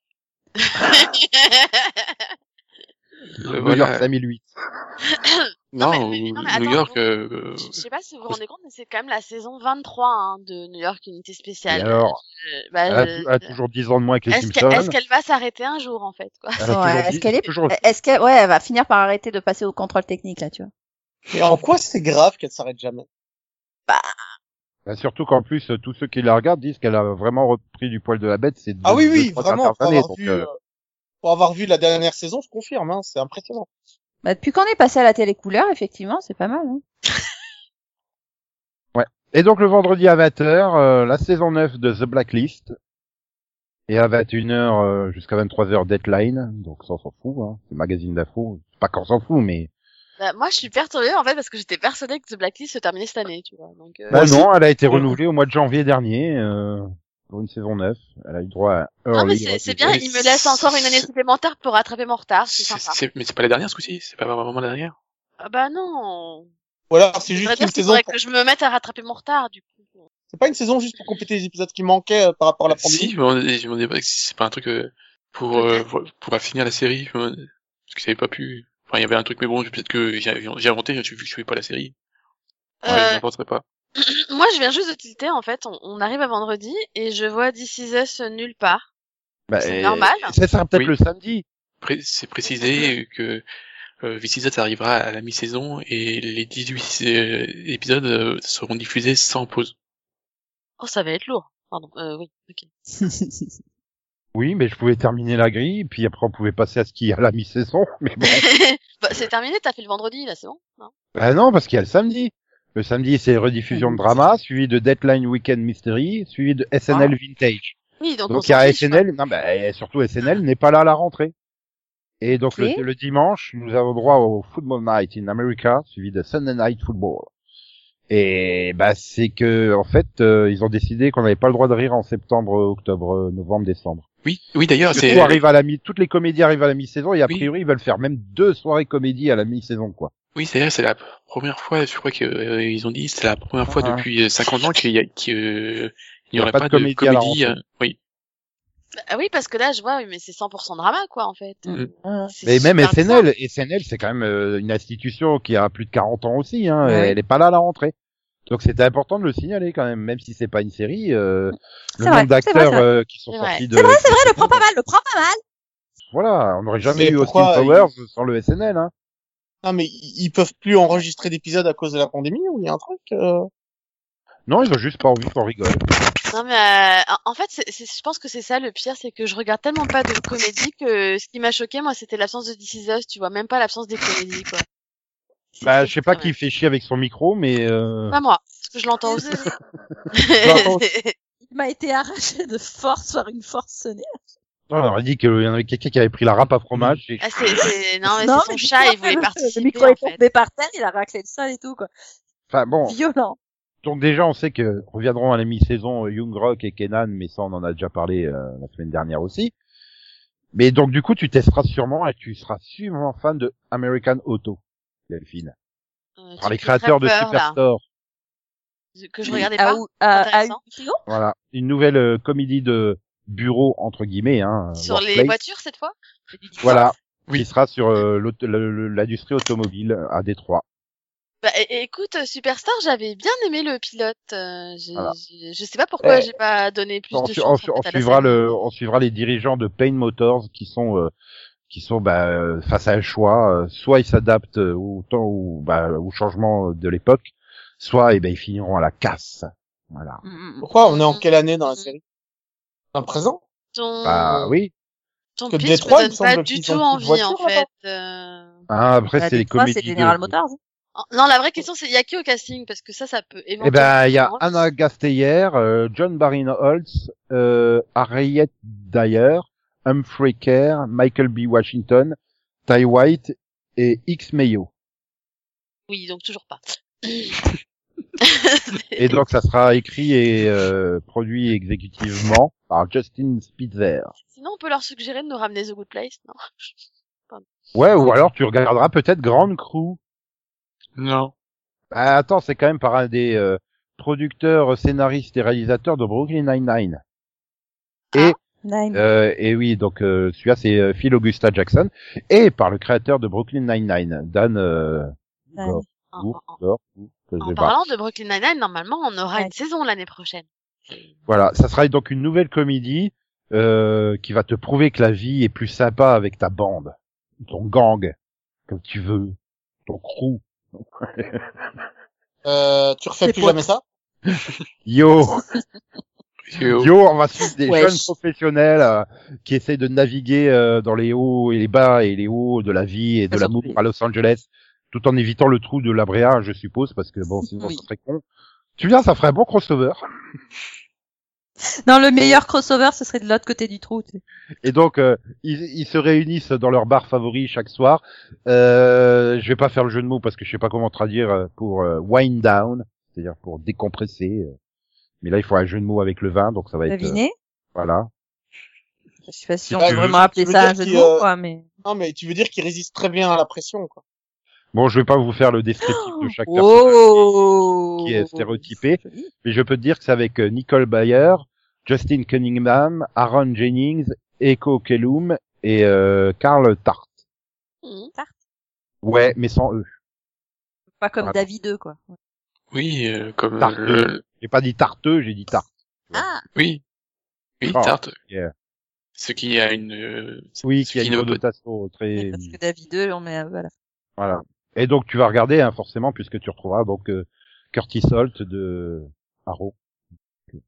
Speaker 5: Euh,
Speaker 1: New
Speaker 5: voilà.
Speaker 1: York 5008.
Speaker 2: Euh,
Speaker 5: Non,
Speaker 4: mais- mais-
Speaker 5: ou
Speaker 4: non, mais attends,
Speaker 5: New York.
Speaker 4: non.
Speaker 5: euh,
Speaker 4: Je je sais pas si vous vous rendez compte, mais c'est quand même la saison 23 hein, de New York Unité
Speaker 1: Et
Speaker 4: Spéciale.
Speaker 1: alors, Ah,
Speaker 4: Euh, bah,
Speaker 1: elle a,
Speaker 4: euh,
Speaker 1: tou- elle a toujours 10 ans de moins que les
Speaker 4: est-ce que-
Speaker 1: Simpsons.
Speaker 4: est-ce qu'elle va s'arrêter un jour en fait quoi
Speaker 1: Elle a
Speaker 2: Ouais,
Speaker 1: toujours
Speaker 2: est-ce
Speaker 1: dit-
Speaker 2: qu'elle est-
Speaker 1: toujours-
Speaker 2: Est-ce qu'elle, ouais, elle va finir par arrêter de passer au contrôle technique, là, tu vois.
Speaker 3: Et en quoi c'est grave qu'elle s'arrête jamais
Speaker 1: Bah, surtout qu'en plus, euh, tous ceux qui la regardent disent qu'elle a vraiment repris du poil de la bête. C'est
Speaker 3: Ah oui,
Speaker 1: deux-
Speaker 3: oui,
Speaker 1: deux, trois
Speaker 3: vraiment,
Speaker 1: dernières
Speaker 3: pour
Speaker 1: années,
Speaker 3: avoir,
Speaker 1: donc,
Speaker 3: vu,
Speaker 1: euh,
Speaker 3: euh, pour avoir vu la dernière saison, je confirme, hein, c'est impressionnant.
Speaker 2: Bah, depuis qu'on est passé à la télé couleur, effectivement, c'est pas mal,
Speaker 1: [laughs]
Speaker 2: hein.
Speaker 1: Et donc le vendredi à 20h, euh, la saison 9 de The Blacklist. Et à 21h euh, jusqu'à 23h Deadline, donc ça on s'en fout, hein. c'est le magazine d'info, pas qu'on s'en fout, mais...
Speaker 4: Bah, Moi, je suis perturbée en fait parce que j'étais persuadée que The Blacklist se terminait cette année, tu vois. Donc, euh,
Speaker 1: Bah
Speaker 3: aussi.
Speaker 1: non, elle a été
Speaker 3: Ouais.
Speaker 1: renouvelée au mois de janvier dernier, euh, pour une saison 9, elle a eu droit à...
Speaker 4: non, Ah, mais
Speaker 1: Early
Speaker 4: c'est c'est
Speaker 1: Renewal.
Speaker 4: bien.
Speaker 5: mais
Speaker 4: Il me laisse encore une année
Speaker 5: c'est-
Speaker 4: supplémentaire pour rattraper mon retard. C'est
Speaker 5: c'est-
Speaker 4: Ah, sympa.
Speaker 5: c'est- mais c'est pas la dernière ce coup-ci, c'est pas vraiment la dernière.
Speaker 4: Ah bah non.
Speaker 3: Ou alors, c'est
Speaker 4: Je
Speaker 3: juste
Speaker 4: voudrais dire
Speaker 3: une
Speaker 4: qu'il
Speaker 3: saison,
Speaker 4: faudrait
Speaker 3: pour-
Speaker 4: que je me mette à rattraper mon retard du coup.
Speaker 3: c'est pas une saison juste pour compléter les épisodes qui manquaient euh, par rapport à la pandémie.
Speaker 5: Si, je me demandais- je me demandais pas si c'est pas un truc euh, pour euh, pour- pour finir la série, je me demandais- parce que j'avais pas pu. Enfin, il y avait un truc, mais bon, je- peut-être que j'ai j'ai inventé, je- vu que je suis pas la série, ouais,
Speaker 4: Euh,
Speaker 5: je n'inventerai pas.
Speaker 4: Moi, je viens juste de tilter, en fait. On, on arrive à vendredi et je vois This Is Us nulle part.
Speaker 1: Bah,
Speaker 4: c'est
Speaker 1: euh,
Speaker 4: normal.
Speaker 1: Ça sera peut-être
Speaker 5: Oui.
Speaker 1: le samedi.
Speaker 5: Pré- c'est précisé que euh, Visizat arrivera à la mi-saison et les 18 euh, épisodes euh, seront diffusés sans pause.
Speaker 4: Oh, ça va être lourd. Pardon. Euh, oui, ok.
Speaker 1: Oui, mais je pouvais terminer la grille, puis après on pouvait passer à ce qui est à la mi-saison, [laughs] mais
Speaker 4: [laughs]
Speaker 1: bon...
Speaker 4: Bah, c'est terminé, t'as fait le vendredi, là, c'est bon non
Speaker 1: Bah non, parce qu'il y a le samedi. Le samedi, c'est rediffusion de
Speaker 4: [laughs]
Speaker 1: drama, suivi de Deadline Weekend Mystery, suivi de
Speaker 4: Ah.
Speaker 1: SNL Vintage.
Speaker 4: Oui, donc, on
Speaker 1: Donc il y
Speaker 4: s'en
Speaker 1: a
Speaker 4: fiche,
Speaker 1: SNL, non, bah, et surtout SNL n'est pas là à la rentrée. Et donc
Speaker 2: Ok.
Speaker 1: le, le dimanche, nous avons droit au Football Night in America, suivi de Sunday Night Football. Et bah c'est que en fait, euh, ils ont décidé qu'on n'avait pas le droit de rire en septembre, octobre, euh, novembre, décembre.
Speaker 5: Oui, oui d'ailleurs,
Speaker 1: Du
Speaker 5: c'est
Speaker 1: coup, arrive à la mi, toutes les comédies arrivent à la mi-saison et a
Speaker 5: Oui.
Speaker 1: priori ils veulent faire même deux soirées comédies à la mi-saison quoi.
Speaker 5: oui, d'ailleurs, c'est la première fois, je crois qu'ils ont dit, c'est la première fois
Speaker 1: Ah.
Speaker 5: depuis 50 ans qu'il y a qu'il, euh,
Speaker 1: Il
Speaker 5: il n'y
Speaker 1: y a
Speaker 5: aurait pas, de comédie.
Speaker 1: à la
Speaker 5: euh, oui,
Speaker 4: quoi. Ah oui, parce que là, je vois, oui, mais c'est 100% drama, quoi, en fait.
Speaker 5: Mm.
Speaker 2: Ouais.
Speaker 4: C'est
Speaker 1: Mais même
Speaker 4: super bizarre.
Speaker 1: SNL, SNL c'est quand même euh, une institution qui a plus de 40 ans aussi, hein,
Speaker 2: Ouais.
Speaker 1: elle est pas là à la rentrée. Donc c'était important de le signaler quand même, même si c'est pas une série. euh,
Speaker 2: C'est
Speaker 1: le nombre
Speaker 2: vrai, c'est vrai,
Speaker 1: d'acteurs
Speaker 2: c'est vrai.
Speaker 1: euh, qui sont
Speaker 4: C'est vrai.
Speaker 1: sortis de...
Speaker 2: C'est vrai, c'est vrai, Eh, le prends pas mal, le prends pas mal.
Speaker 1: [laughs] Voilà, on n'aurait jamais
Speaker 3: Mais
Speaker 1: eu Austin
Speaker 3: pourquoi ils-
Speaker 1: Powers sans le SNL. Hein.
Speaker 3: Non, mais ils ils peuvent plus enregistrer d'épisodes à cause de la pandémie, ou il y a un truc, euh,
Speaker 1: Non, ils ont juste pas envie qu'on rigole.
Speaker 4: Non, mais euh, en- en fait, c'est- c'est- je pense que c'est ça le pire, c'est que je regarde tellement pas de comédie que ce qui m'a choqué, moi, c'était l'absence de This Is Us, tu vois, même pas l'absence des comédies, quoi. C'est
Speaker 1: Bah, je
Speaker 4: triste,
Speaker 1: sais pas
Speaker 4: quand
Speaker 1: qui fait chier avec son micro, mais... Euh...
Speaker 4: Pas moi, parce que je l'entends
Speaker 1: [laughs]
Speaker 4: aussi. [laughs]
Speaker 1: l'entends
Speaker 2: Il m'a été arraché de force par une forcenée.
Speaker 1: On aurait dit qu'il y en avait quelqu'un qui avait pris la râpe à fromage. et-
Speaker 4: Ah, c'est, c'est... Non, mais c'est son chat, il voulait
Speaker 2: Le
Speaker 4: participer,
Speaker 2: micro
Speaker 4: en
Speaker 2: est
Speaker 4: fait.
Speaker 2: tombé par terre, il a raclé le sol et tout, quoi.
Speaker 1: Enfin
Speaker 2: Oh.
Speaker 1: bon,
Speaker 2: Violent.
Speaker 1: donc déjà on sait que reviendront à la mi-saison euh, Young Rock et Kenan, mais ça on en a déjà parlé euh, la semaine dernière aussi. Mais donc du coup tu testeras sûrement et tu seras sûrement fan de American Auto, Delphine.
Speaker 4: Euh, tu
Speaker 1: Par
Speaker 4: me
Speaker 1: les
Speaker 4: fais très
Speaker 1: créateurs de
Speaker 4: peur, là.
Speaker 1: Superstore.
Speaker 4: que je
Speaker 1: Oui.
Speaker 4: regardais
Speaker 2: à,
Speaker 4: pas.
Speaker 2: Ah, ou- euh, à, à
Speaker 4: Intéressant.
Speaker 2: une frigo
Speaker 1: Voilà, une nouvelle euh, comédie de bureau entre guillemets, hein,
Speaker 4: Sur
Speaker 1: workplace.
Speaker 4: les voitures cette fois
Speaker 1: Voilà,
Speaker 5: Oui.
Speaker 1: qui sera sur euh, l'aut- le- le- l'industrie automobile euh, à Détroit.
Speaker 4: Bah é- écoute, euh, Superstar, j'avais bien aimé le pilote. euh, j'ai-
Speaker 1: Voilà.
Speaker 4: j'ai- je sais pas pourquoi
Speaker 1: Eh,
Speaker 4: j'ai pas donné plus
Speaker 1: On,
Speaker 4: de
Speaker 1: su-
Speaker 4: chance.
Speaker 1: on
Speaker 4: en
Speaker 1: su-
Speaker 4: fait,
Speaker 1: on
Speaker 4: à la
Speaker 1: suivra
Speaker 4: série.
Speaker 1: le, on suivra les dirigeants de Payne Motors qui sont euh, qui sont bah, euh, face à un choix, euh, soit ils s'adaptent euh, au temps ou bah, au changement de l'époque, soit eh ben ils finiront à la casse. Voilà.
Speaker 2: Mm, mm.
Speaker 3: Pourquoi On est en quelle année dans la série Dans le présent
Speaker 4: Ton,
Speaker 1: Bah oui.
Speaker 4: ton
Speaker 3: que
Speaker 4: pitch
Speaker 3: Détroit, il
Speaker 4: me
Speaker 3: me
Speaker 4: donne
Speaker 3: semble
Speaker 4: pas
Speaker 3: qu'ils
Speaker 4: du
Speaker 3: ont
Speaker 4: tout
Speaker 3: plus de
Speaker 4: envie en
Speaker 3: voitures là-bas.
Speaker 4: fait. euh.
Speaker 1: Hein, après
Speaker 2: Bah,
Speaker 1: c'est les
Speaker 2: Détroit,
Speaker 1: comédies.
Speaker 2: c'est General
Speaker 1: de-
Speaker 2: Motors.
Speaker 4: En- Non, la vraie question c'est il y a qui au casting parce que ça ça peut éventuellement.
Speaker 1: Eh ben, il y a
Speaker 4: Non,
Speaker 1: Anna Gasteyer, euh, John Barinholtz, euh, Harriet Dyer, Humphrey Kerr, Michael B. Washington, Ty White et X Mayo.
Speaker 4: Oui, donc toujours pas.
Speaker 1: Et donc, ça sera écrit et euh, produit exécutivement par Justin Spitzer.
Speaker 4: Sinon, on peut leur suggérer de nous ramener The Good Place, non
Speaker 1: Ouais, ou alors tu regarderas peut-être Grand Crew.
Speaker 5: Non.
Speaker 1: Ah, attends, c'est quand même par un des euh, producteurs, scénaristes et réalisateurs de Brooklyn Nine-Nine.
Speaker 2: Nine.
Speaker 1: Euh, et oui, donc euh, celui-là c'est euh, Phil Augusta Jackson et par le créateur de Brooklyn Nine-Nine, Dan euh,
Speaker 2: Dan.
Speaker 1: Gore-
Speaker 4: En,
Speaker 1: Gore-
Speaker 4: en- en-
Speaker 1: Gore- Gore- je
Speaker 4: en
Speaker 1: sais pas.
Speaker 4: parlant de Brooklyn Nine-Nine, normalement, on aura
Speaker 2: Ouais.
Speaker 4: une saison l'année prochaine.
Speaker 1: Voilà, ça sera donc une nouvelle comédie euh, qui va te prouver que la vie est plus sympa avec ta bande, ton gang, comme tu veux, ton crew.
Speaker 3: Euh, tu refais
Speaker 2: C'est
Speaker 3: plus
Speaker 2: pour-
Speaker 3: jamais ça
Speaker 1: Yo,
Speaker 5: Yo.
Speaker 1: yo, on va suivre des
Speaker 3: Wesh.
Speaker 1: jeunes professionnels euh, qui essayent de naviguer euh, dans les hauts et les bas et les hauts de la vie et de
Speaker 2: Pas
Speaker 1: l'amour
Speaker 2: surpris.
Speaker 1: à Los Angeles, tout en évitant le trou de la Brea, je suppose, parce que bon, sinon
Speaker 2: Oui.
Speaker 1: ça serait con. Tu viens, ça ferait un bon crossover.
Speaker 2: Non, le meilleur crossover, ce serait de l'autre côté du trou. tu sais.
Speaker 1: Et donc, euh, ils, ils se réunissent dans leur bar favori chaque soir. Euh, je vais pas faire le jeu de mots parce que je sais pas comment traduire euh, pour euh, wind down, c'est-à-dire pour décompresser. euh. Mais là, il faut un jeu de mots avec le vin, donc ça va être euh,
Speaker 2: Devinez
Speaker 1: voilà. euh,
Speaker 2: Je suis pas
Speaker 5: Si
Speaker 2: sûre
Speaker 5: tu
Speaker 2: on peut
Speaker 5: veux-
Speaker 2: vraiment
Speaker 3: tu
Speaker 2: appeler
Speaker 3: veux
Speaker 2: ça un
Speaker 3: dire
Speaker 2: jeu de
Speaker 3: qu'il,
Speaker 2: mots,
Speaker 3: euh,
Speaker 2: quoi, mais...
Speaker 3: Non, mais tu veux dire qu'il résiste très bien à la pression, quoi.
Speaker 1: Bon, je vais pas vous faire le descriptif de chaque personnage,
Speaker 2: Oh
Speaker 1: qui est stéréotypé.
Speaker 2: Joli.
Speaker 1: mais je peux te dire que c'est avec euh, Nicole Bayer, Justin Cunningham, Aaron Jennings, Eko Kellum et euh, Karl Tart.
Speaker 4: Mhm.
Speaker 1: Ouais, mais sans E. eux.
Speaker 2: Pas comme
Speaker 1: Pardon.
Speaker 2: David 2, quoi.
Speaker 5: Oui, euh, comme
Speaker 1: Tarte.
Speaker 5: le-
Speaker 1: J'ai pas dit tarteux, j'ai dit tart.
Speaker 2: Ah
Speaker 5: Oui. Oui,
Speaker 1: Oh,
Speaker 5: tarte.
Speaker 1: yeah.
Speaker 5: Ce qui a une. euh,
Speaker 1: Oui,
Speaker 5: ce
Speaker 1: qui a une
Speaker 5: ne peut-
Speaker 1: connotation très
Speaker 2: Parce que David 2, on met à voilà.
Speaker 1: voilà. Et donc tu vas regarder hein, forcément puisque tu retrouveras donc euh, Curtis Holt de Arrow. Donc, euh,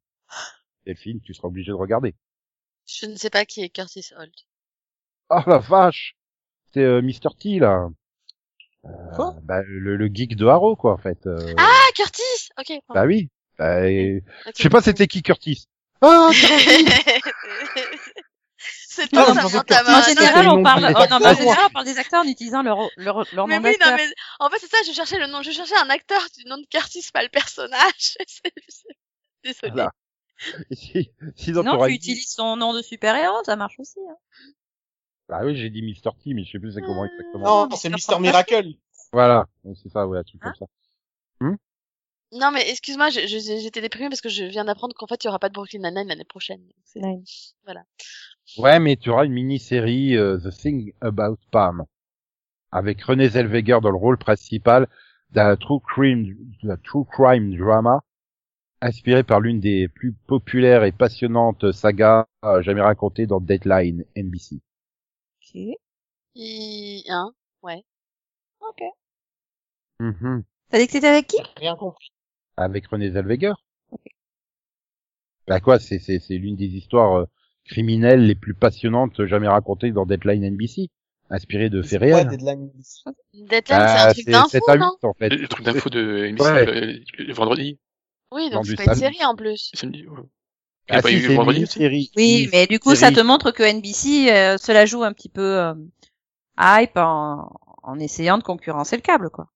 Speaker 1: Delphine, tu seras obligé de regarder.
Speaker 4: Je ne sais pas qui est Curtis Holt.
Speaker 1: Ah la vache, c'est euh, Mr T là. Euh,
Speaker 3: Quoi
Speaker 1: bah, le, le geek de Arrow quoi en fait. Euh,
Speaker 4: Ah, Curtis Ok. pardon.
Speaker 1: bah oui. Bah, et-
Speaker 4: Ok.
Speaker 1: Je sais pas
Speaker 4: [laughs]
Speaker 1: c'était qui Curtis. Ah
Speaker 4: C'est
Speaker 3: Ah,
Speaker 4: toi,
Speaker 3: je
Speaker 4: ça
Speaker 3: pensais
Speaker 4: prend
Speaker 3: que
Speaker 4: ta
Speaker 3: Curtis
Speaker 4: main.
Speaker 2: en
Speaker 3: Ah,
Speaker 2: général,
Speaker 3: non,
Speaker 2: on
Speaker 3: mais
Speaker 2: parle,
Speaker 3: les
Speaker 2: oh, non, mais en
Speaker 3: acteurs.
Speaker 2: général, on parle des acteurs en utilisant leur, leur, leur
Speaker 4: Mais
Speaker 2: nom
Speaker 4: oui, non,
Speaker 2: d'acteur.
Speaker 4: mais en fait, c'est ça, je cherchais le nom. Je cherchais un acteur du nom de Curtis, pas le personnage. [laughs] Désolé.
Speaker 1: Voilà. Et si- Sinon
Speaker 2: Sinon,
Speaker 1: t'auras
Speaker 2: tu
Speaker 1: dit-
Speaker 2: utilises son nom de super-héros, ça marche aussi. Hein.
Speaker 1: Bah oui j'ai dit Mr T mais je sais plus c'est comment
Speaker 4: Ah.
Speaker 1: exactement.
Speaker 3: Non,
Speaker 2: mais
Speaker 3: c'est
Speaker 2: ça
Speaker 3: Mister
Speaker 2: prend pas.
Speaker 3: Miracle.
Speaker 1: Voilà, Donc, c'est ça ouais un truc
Speaker 2: Hein
Speaker 1: comme ça.
Speaker 4: Non, mais excuse-moi, je- je- j'étais déprimée parce que je viens d'apprendre qu'en fait, il y aura pas de Brooklyn Nine-Nine l'année prochaine. C'est-
Speaker 1: Ouais, mais tu auras une mini-série euh, The Thing About Pam avec René Zellweger dans le rôle principal d'un true crime, d'un true crime drama inspiré par l'une des plus populaires et passionnantes sagas euh, jamais racontées dans Deadline NBC.
Speaker 2: Ok.
Speaker 4: Il... Hein
Speaker 2: Ok. T'as dit que c'était avec qui
Speaker 3: J'ai rien compris.
Speaker 1: Avec René Zellweger. Bah quoi, c'est c'est c'est l'une des histoires euh, criminelles les plus passionnantes jamais racontées dans Deadline NBC, inspirée de faits
Speaker 3: Ouais,
Speaker 1: réels.
Speaker 3: Deadline.
Speaker 4: Deadline,
Speaker 1: Bah,
Speaker 4: Ah, c'est un truc d'info,
Speaker 1: sept à
Speaker 4: non
Speaker 1: huit, en fait.
Speaker 5: Le, le truc d'info de NBC,
Speaker 1: Ouais.
Speaker 5: le, le vendredi.
Speaker 4: Oui,
Speaker 1: Non,
Speaker 4: donc c'est
Speaker 1: du
Speaker 4: pas une
Speaker 1: samedi.
Speaker 4: série en plus.
Speaker 5: Samedi. ouais. Il y a
Speaker 1: Ah
Speaker 5: pas
Speaker 1: si,
Speaker 5: eu le
Speaker 1: c'est une
Speaker 5: vendredi aussi
Speaker 1: mini-série.
Speaker 2: Oui,
Speaker 1: Une
Speaker 2: mais du coup, ça
Speaker 1: série.
Speaker 2: te montre que NBC euh, se la joue un petit peu euh, hype en, en essayant de concurrencer le câble, quoi.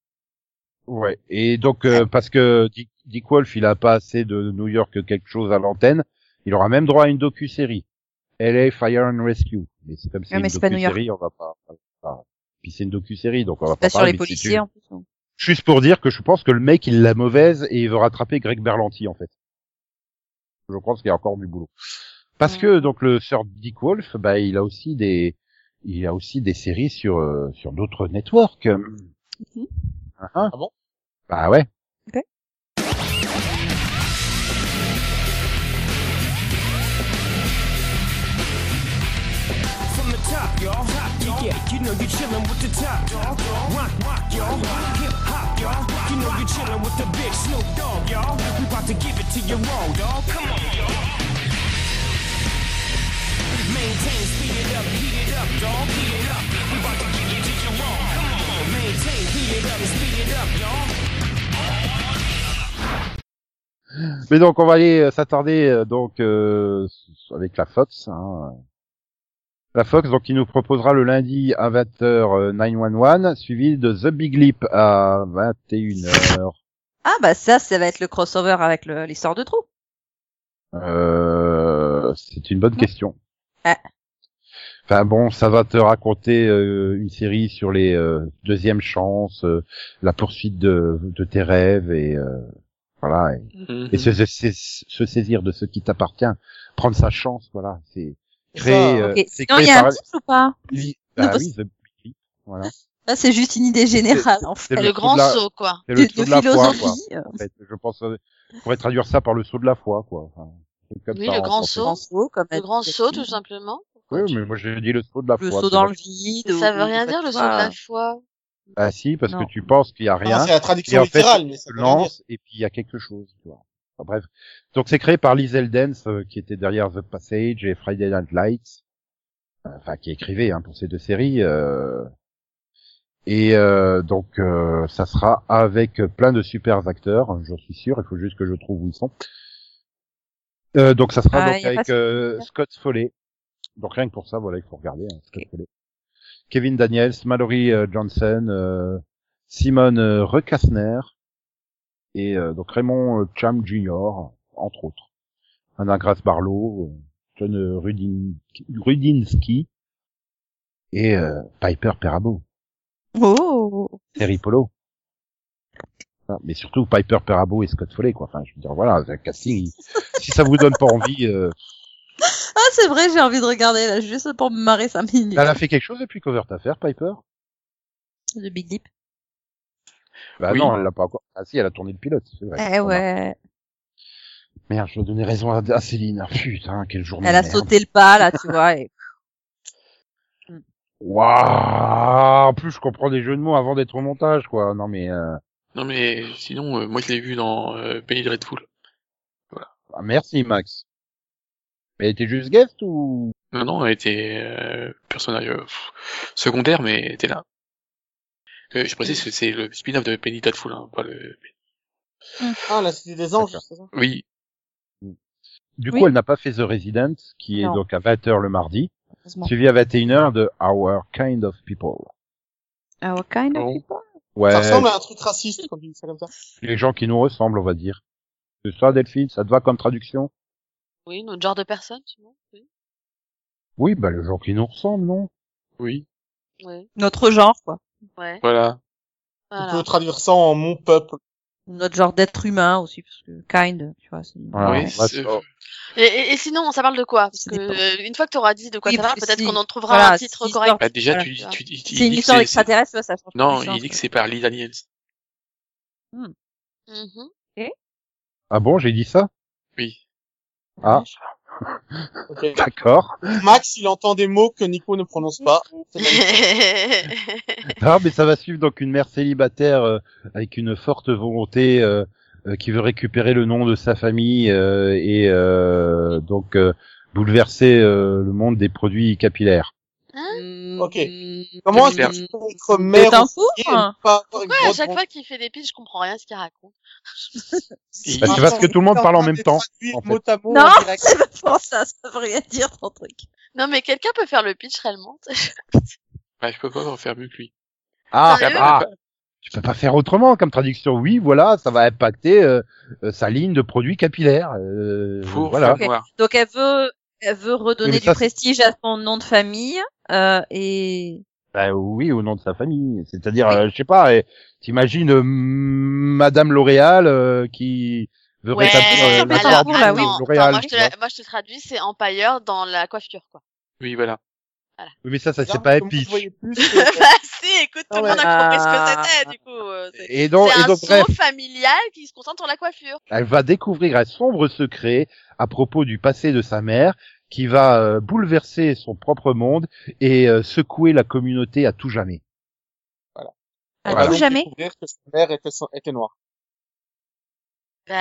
Speaker 1: Ouais. Et donc euh,
Speaker 2: Ah.
Speaker 1: parce que Dick, Dick Wolf, il a pas assez de New York quelque chose à l'antenne, il aura même droit à une docu-série. LA Fire and Rescue. Mais c'est comme si
Speaker 2: Ouais, Ah, mais
Speaker 1: une
Speaker 2: c'est pas New York.
Speaker 1: docu-série, on va pas. on va pas- Puis c'est une docu-série, donc on va
Speaker 2: Pas
Speaker 1: pas
Speaker 2: sur
Speaker 1: parler.
Speaker 2: les
Speaker 1: Ah, mais c'est
Speaker 2: policiers,
Speaker 1: une-
Speaker 2: en plus. non.
Speaker 1: Juste pour dire que je pense que le mec, il l'a mauvaise et il veut rattraper Greg Berlanti, en fait. Je pense qu'il y a encore du boulot. Parce que, donc, le Sir Dick Wolf, bah, il a aussi des, il a aussi des séries sur, euh, sur d'autres networks. Ah, ah.
Speaker 3: Ah bon
Speaker 1: Bah ouais.
Speaker 2: Ok.
Speaker 6: From the top, y'all. Hop, y'all. Yeah, you know you're chilling with the top, dog. Rock, rock, y'all. Hip hop, y'all. You know you're chilling with the big Snoop Dogg, y'all. We about to give it to you raw, dog. Come on, y'all. Maintain, speed it up, heat it up, dog. Heat it up. We about to give it to you raw. Come on. Maintain, heat it up, speed it up, y'all.
Speaker 1: Mais donc, on va aller euh, s'attarder, euh, donc, euh, s- avec la Fox, hein. La Fox, donc, qui nous proposera le lundi à 20h, euh, 911, suivi de The Big Leap à 21h.
Speaker 2: Ah bah ça, ça va être le crossover avec le- l'histoire de trou.
Speaker 1: Euh, c'est une bonne question.
Speaker 2: Ah.
Speaker 1: Enfin bon, ça va te raconter euh, une série sur les euh, deuxièmes chances, euh, la poursuite de, de tes rêves et euh, voilà et,
Speaker 5: Mhm.
Speaker 1: et se, se- se- se saisir de ce qui t'appartient, prendre sa chance, voilà. C'est
Speaker 3: C'est
Speaker 1: créé.
Speaker 3: ça. hein.
Speaker 1: euh,
Speaker 2: Ok.
Speaker 1: c'est
Speaker 2: Sinon,
Speaker 1: créé
Speaker 2: il y a
Speaker 1: par-
Speaker 2: un titre ou pas
Speaker 1: Li-
Speaker 2: Non,
Speaker 1: bah
Speaker 2: parce-
Speaker 1: oui, The Big Leap, voilà.
Speaker 2: Là, c'est juste une idée générale, en fait.
Speaker 1: c'est
Speaker 4: Le
Speaker 1: le trou
Speaker 4: grand
Speaker 1: de la-
Speaker 4: saut, quoi.
Speaker 1: C'est
Speaker 2: De,
Speaker 1: le saut
Speaker 2: de
Speaker 1: de la foi,
Speaker 2: philosophie.
Speaker 1: quoi.
Speaker 2: euh,
Speaker 1: en fait. Je pense, euh, on pourrait traduire ça par le saut de la foi, quoi. Enfin, c'est comme
Speaker 4: Oui,
Speaker 1: ça,
Speaker 4: le
Speaker 1: en
Speaker 4: grand
Speaker 1: français.
Speaker 2: le grand
Speaker 4: saut.
Speaker 2: saut, comme
Speaker 4: Le
Speaker 2: elle
Speaker 4: grand
Speaker 2: dit,
Speaker 4: saut, tout simplement.
Speaker 1: Oui, mais moi j'ai dit le saut de la foi.
Speaker 2: Le
Speaker 1: tu
Speaker 2: saut dans
Speaker 1: vois.
Speaker 2: le vide.
Speaker 4: Ça
Speaker 2: ou-
Speaker 4: veut rien
Speaker 2: ou-
Speaker 4: dire, le saut de
Speaker 2: voilà.
Speaker 4: la foi.
Speaker 1: Ah si, parce
Speaker 2: Non.
Speaker 1: que tu penses qu'il y a euh, rien,
Speaker 3: c'est la
Speaker 1: Et
Speaker 3: traduction
Speaker 1: en fait,
Speaker 3: littérale, mais ça
Speaker 1: tu
Speaker 3: veut rien dire.
Speaker 1: lances et puis il y a quelque chose. Tu vois. Enfin, bref, donc c'est créé par Liz Eldens euh, qui était derrière The Passage et Friday Night Lights, Euh, enfin qui écrivait hein, pour ces deux séries. euh. Et euh, donc euh, ça sera avec plein de super acteurs, hein, j'en suis sûr. Il faut juste que je trouve où ils sont. Euh, donc ça sera
Speaker 2: Ah,
Speaker 1: donc
Speaker 2: y a
Speaker 1: avec
Speaker 2: pas-
Speaker 1: euh, Scott Foley. Donc rien que pour ça, voilà, il faut regarder. hein, Scott Foley. Kevin Daniels, Mallory euh, Johnson, euh, Simone euh, Recassner et euh, donc Raymond euh, Cham Jr. entre autres. Anna Grace Barlow, euh, John euh, Rudin- Rudinsky et euh, Piper Perabo,
Speaker 2: Oh.
Speaker 1: Terry Polo. Ah, mais surtout Piper Perabo et Scott Foley quoi. Enfin, je veux dire voilà, le casting. il- si ça vous donne pas envie, euh,
Speaker 2: Ah, c'est vrai, j'ai envie de regarder, là, juste pour me marrer 5 minutes.
Speaker 1: elle a fait quelque chose depuis Cover Affair, Piper
Speaker 2: Le Big Deep.
Speaker 1: Bah
Speaker 5: Oui.
Speaker 1: non, elle l'a pas encore. Ah si, elle a tourné le pilote. c'est vrai.
Speaker 2: Eh
Speaker 1: On a-
Speaker 2: ouais.
Speaker 1: Merde, je donnais raison à, à Céline. Ah, Putain, quel jour. de
Speaker 2: Elle a
Speaker 1: merde.
Speaker 2: sauté le pas, là, tu vois. Et...
Speaker 1: Waouh En plus, je comprends des jeux de mots avant d'être au montage, quoi. Non, mais... Euh...
Speaker 5: Non mais sinon, euh, moi je l'ai vu dans euh, Penny Dreadful.
Speaker 1: ah, merci, Max. Mais t'es juste guest ou...
Speaker 5: Non, non, elle était euh, personnage euh, pff, secondaire, mais elle était là. Euh, je précise que c'est le spin-off de Penny Dreadful, hein, pas le...
Speaker 3: Ah, la cité des anges, c'est ça
Speaker 5: Oui,
Speaker 1: Du
Speaker 2: Oui.
Speaker 1: coup, elle n'a pas fait The Resident, qui est
Speaker 2: Non.
Speaker 1: donc à 20h le mardi,
Speaker 2: Heureusement.
Speaker 1: suivi à 21h de Our Kind of People.
Speaker 2: Ah, what kind of
Speaker 5: Bon.
Speaker 2: people
Speaker 1: Ouais,
Speaker 3: Ça ressemble à un truc raciste quand tu dis ça comme ça.
Speaker 1: les gens qui nous ressemblent, on va dire. C'est ça, Delphine Ça te va comme traduction
Speaker 4: Oui, notre genre de personne, tu vois. Oui.
Speaker 1: Oui, bah les gens qui nous ressemblent, non
Speaker 5: oui,
Speaker 4: Ouais.
Speaker 2: Notre genre, quoi.
Speaker 4: Ouais.
Speaker 5: voilà.
Speaker 4: Voilà.
Speaker 3: On peut traduire ça en mon peuple.
Speaker 2: Notre genre d'être humain aussi, parce que kind, tu vois, c'est...
Speaker 1: Voilà,
Speaker 5: Ah Oui,
Speaker 1: on va
Speaker 5: c'est-
Speaker 1: se-
Speaker 4: Et, et- et sinon, ça parle de quoi Parce
Speaker 2: Ça
Speaker 4: que
Speaker 2: dépend.
Speaker 4: euh, une fois que tu auras dit de quoi
Speaker 2: Oui,
Speaker 4: ça parle,
Speaker 2: parce que
Speaker 4: peut-être
Speaker 2: si-
Speaker 4: qu'on en trouvera
Speaker 2: voilà,
Speaker 4: un titre
Speaker 2: si
Speaker 4: correct.
Speaker 5: Bah déjà,
Speaker 2: Voilà,
Speaker 5: tu,
Speaker 4: tu vois.
Speaker 5: tu, il- il
Speaker 2: C'est une
Speaker 5: dit que
Speaker 2: histoire
Speaker 5: c'est- c'est-
Speaker 2: extraterrestre, tu vois, ça change
Speaker 5: Non,
Speaker 2: tout le
Speaker 5: il
Speaker 2: sens,
Speaker 5: dit que
Speaker 2: quoi.
Speaker 5: c'est par Lee Daniels.
Speaker 4: Mhm.
Speaker 1: Ah bon, j'ai dit ça
Speaker 5: Oui.
Speaker 1: Ah,
Speaker 3: Ok.
Speaker 1: d'accord.
Speaker 3: Max, il entend des mots que Nico ne prononce pas. C'est
Speaker 4: [laughs]
Speaker 1: [laughs]
Speaker 3: pas-
Speaker 1: Ah, mais ça va suivre donc une mère célibataire euh, avec une forte volonté euh, euh, qui veut récupérer le nom de sa famille euh, et euh, donc euh, bouleverser euh, le monde des produits capillaires.
Speaker 2: Mm.
Speaker 3: Ok. Comment est-ce
Speaker 5: Claire.
Speaker 3: que tu peux être
Speaker 2: Mais
Speaker 3: mère
Speaker 2: t'en
Speaker 3: ou
Speaker 2: fous
Speaker 3: et
Speaker 2: hein [laughs]
Speaker 3: ne pas avoir une
Speaker 4: Pourquoi à
Speaker 3: grosse
Speaker 4: chaque
Speaker 3: bronze-
Speaker 4: fois qu'il fait des pitchs, je comprends rien à ce qu'il raconte
Speaker 5: Il-
Speaker 1: Bah, c'est parce que tout le monde parle en même temps. en fait.
Speaker 3: Mot à mot,
Speaker 2: Non,
Speaker 3: en direct.
Speaker 2: c'est pas pour ça, ça veut rien dire ton truc.
Speaker 4: Non, mais quelqu'un peut faire le pitch réellement
Speaker 5: Bah, je peux pas en faire mieux que lui.
Speaker 1: Ah,
Speaker 4: Sérieux
Speaker 1: ah, tu peux pas faire autrement comme traduction. Oui, voilà, ça va impacter euh, euh, sa ligne de produits capillaires. euh,
Speaker 5: Pour
Speaker 1: voilà.
Speaker 5: faire noir.
Speaker 2: Donc elle veut, elle veut
Speaker 1: Oui, mais
Speaker 2: redonner
Speaker 1: ça,
Speaker 2: du prestige à son nom de famille euh, et
Speaker 1: Bah oui, au nom de sa famille. C'est-à-dire, euh, je sais pas, eh, t'imagines euh, Madame L'Oréal euh, qui veut
Speaker 4: Ouais,
Speaker 1: rétablir euh,
Speaker 2: mais
Speaker 1: la gloire
Speaker 2: attends,
Speaker 1: du
Speaker 2: attends,
Speaker 1: nom de
Speaker 2: attends,
Speaker 1: L'Oréal.
Speaker 4: moi, je te,
Speaker 1: tu vois.
Speaker 4: la- moi, je te traduis, c'est empailleur dans la coiffure, quoi.
Speaker 5: Oui, voilà.
Speaker 1: Oui, mais ça, ça c'est
Speaker 3: Bizarre,
Speaker 1: pas
Speaker 3: comme vous
Speaker 1: Peach.
Speaker 3: voyez plus,
Speaker 4: bah,
Speaker 3: c'est-
Speaker 4: [laughs] si, écoute,
Speaker 3: Ah
Speaker 4: tout le
Speaker 3: ouais.
Speaker 4: monde a compris ce
Speaker 2: Ah.
Speaker 4: que c'était, du coup. euh, C'est
Speaker 1: Et donc,
Speaker 4: c'est
Speaker 1: et
Speaker 4: un
Speaker 1: donc,
Speaker 4: saut
Speaker 1: bref,
Speaker 4: familial qui se concentre sur la coiffure.
Speaker 1: elle va découvrir un sombre secret à propos du passé de sa mère qui va euh, bouleverser son propre monde et euh, secouer la communauté à tout jamais.
Speaker 2: À
Speaker 1: Voilà.
Speaker 2: tout
Speaker 3: Donc,
Speaker 2: jamais.
Speaker 3: découvrir que sa mère était, était noire.
Speaker 4: Bah,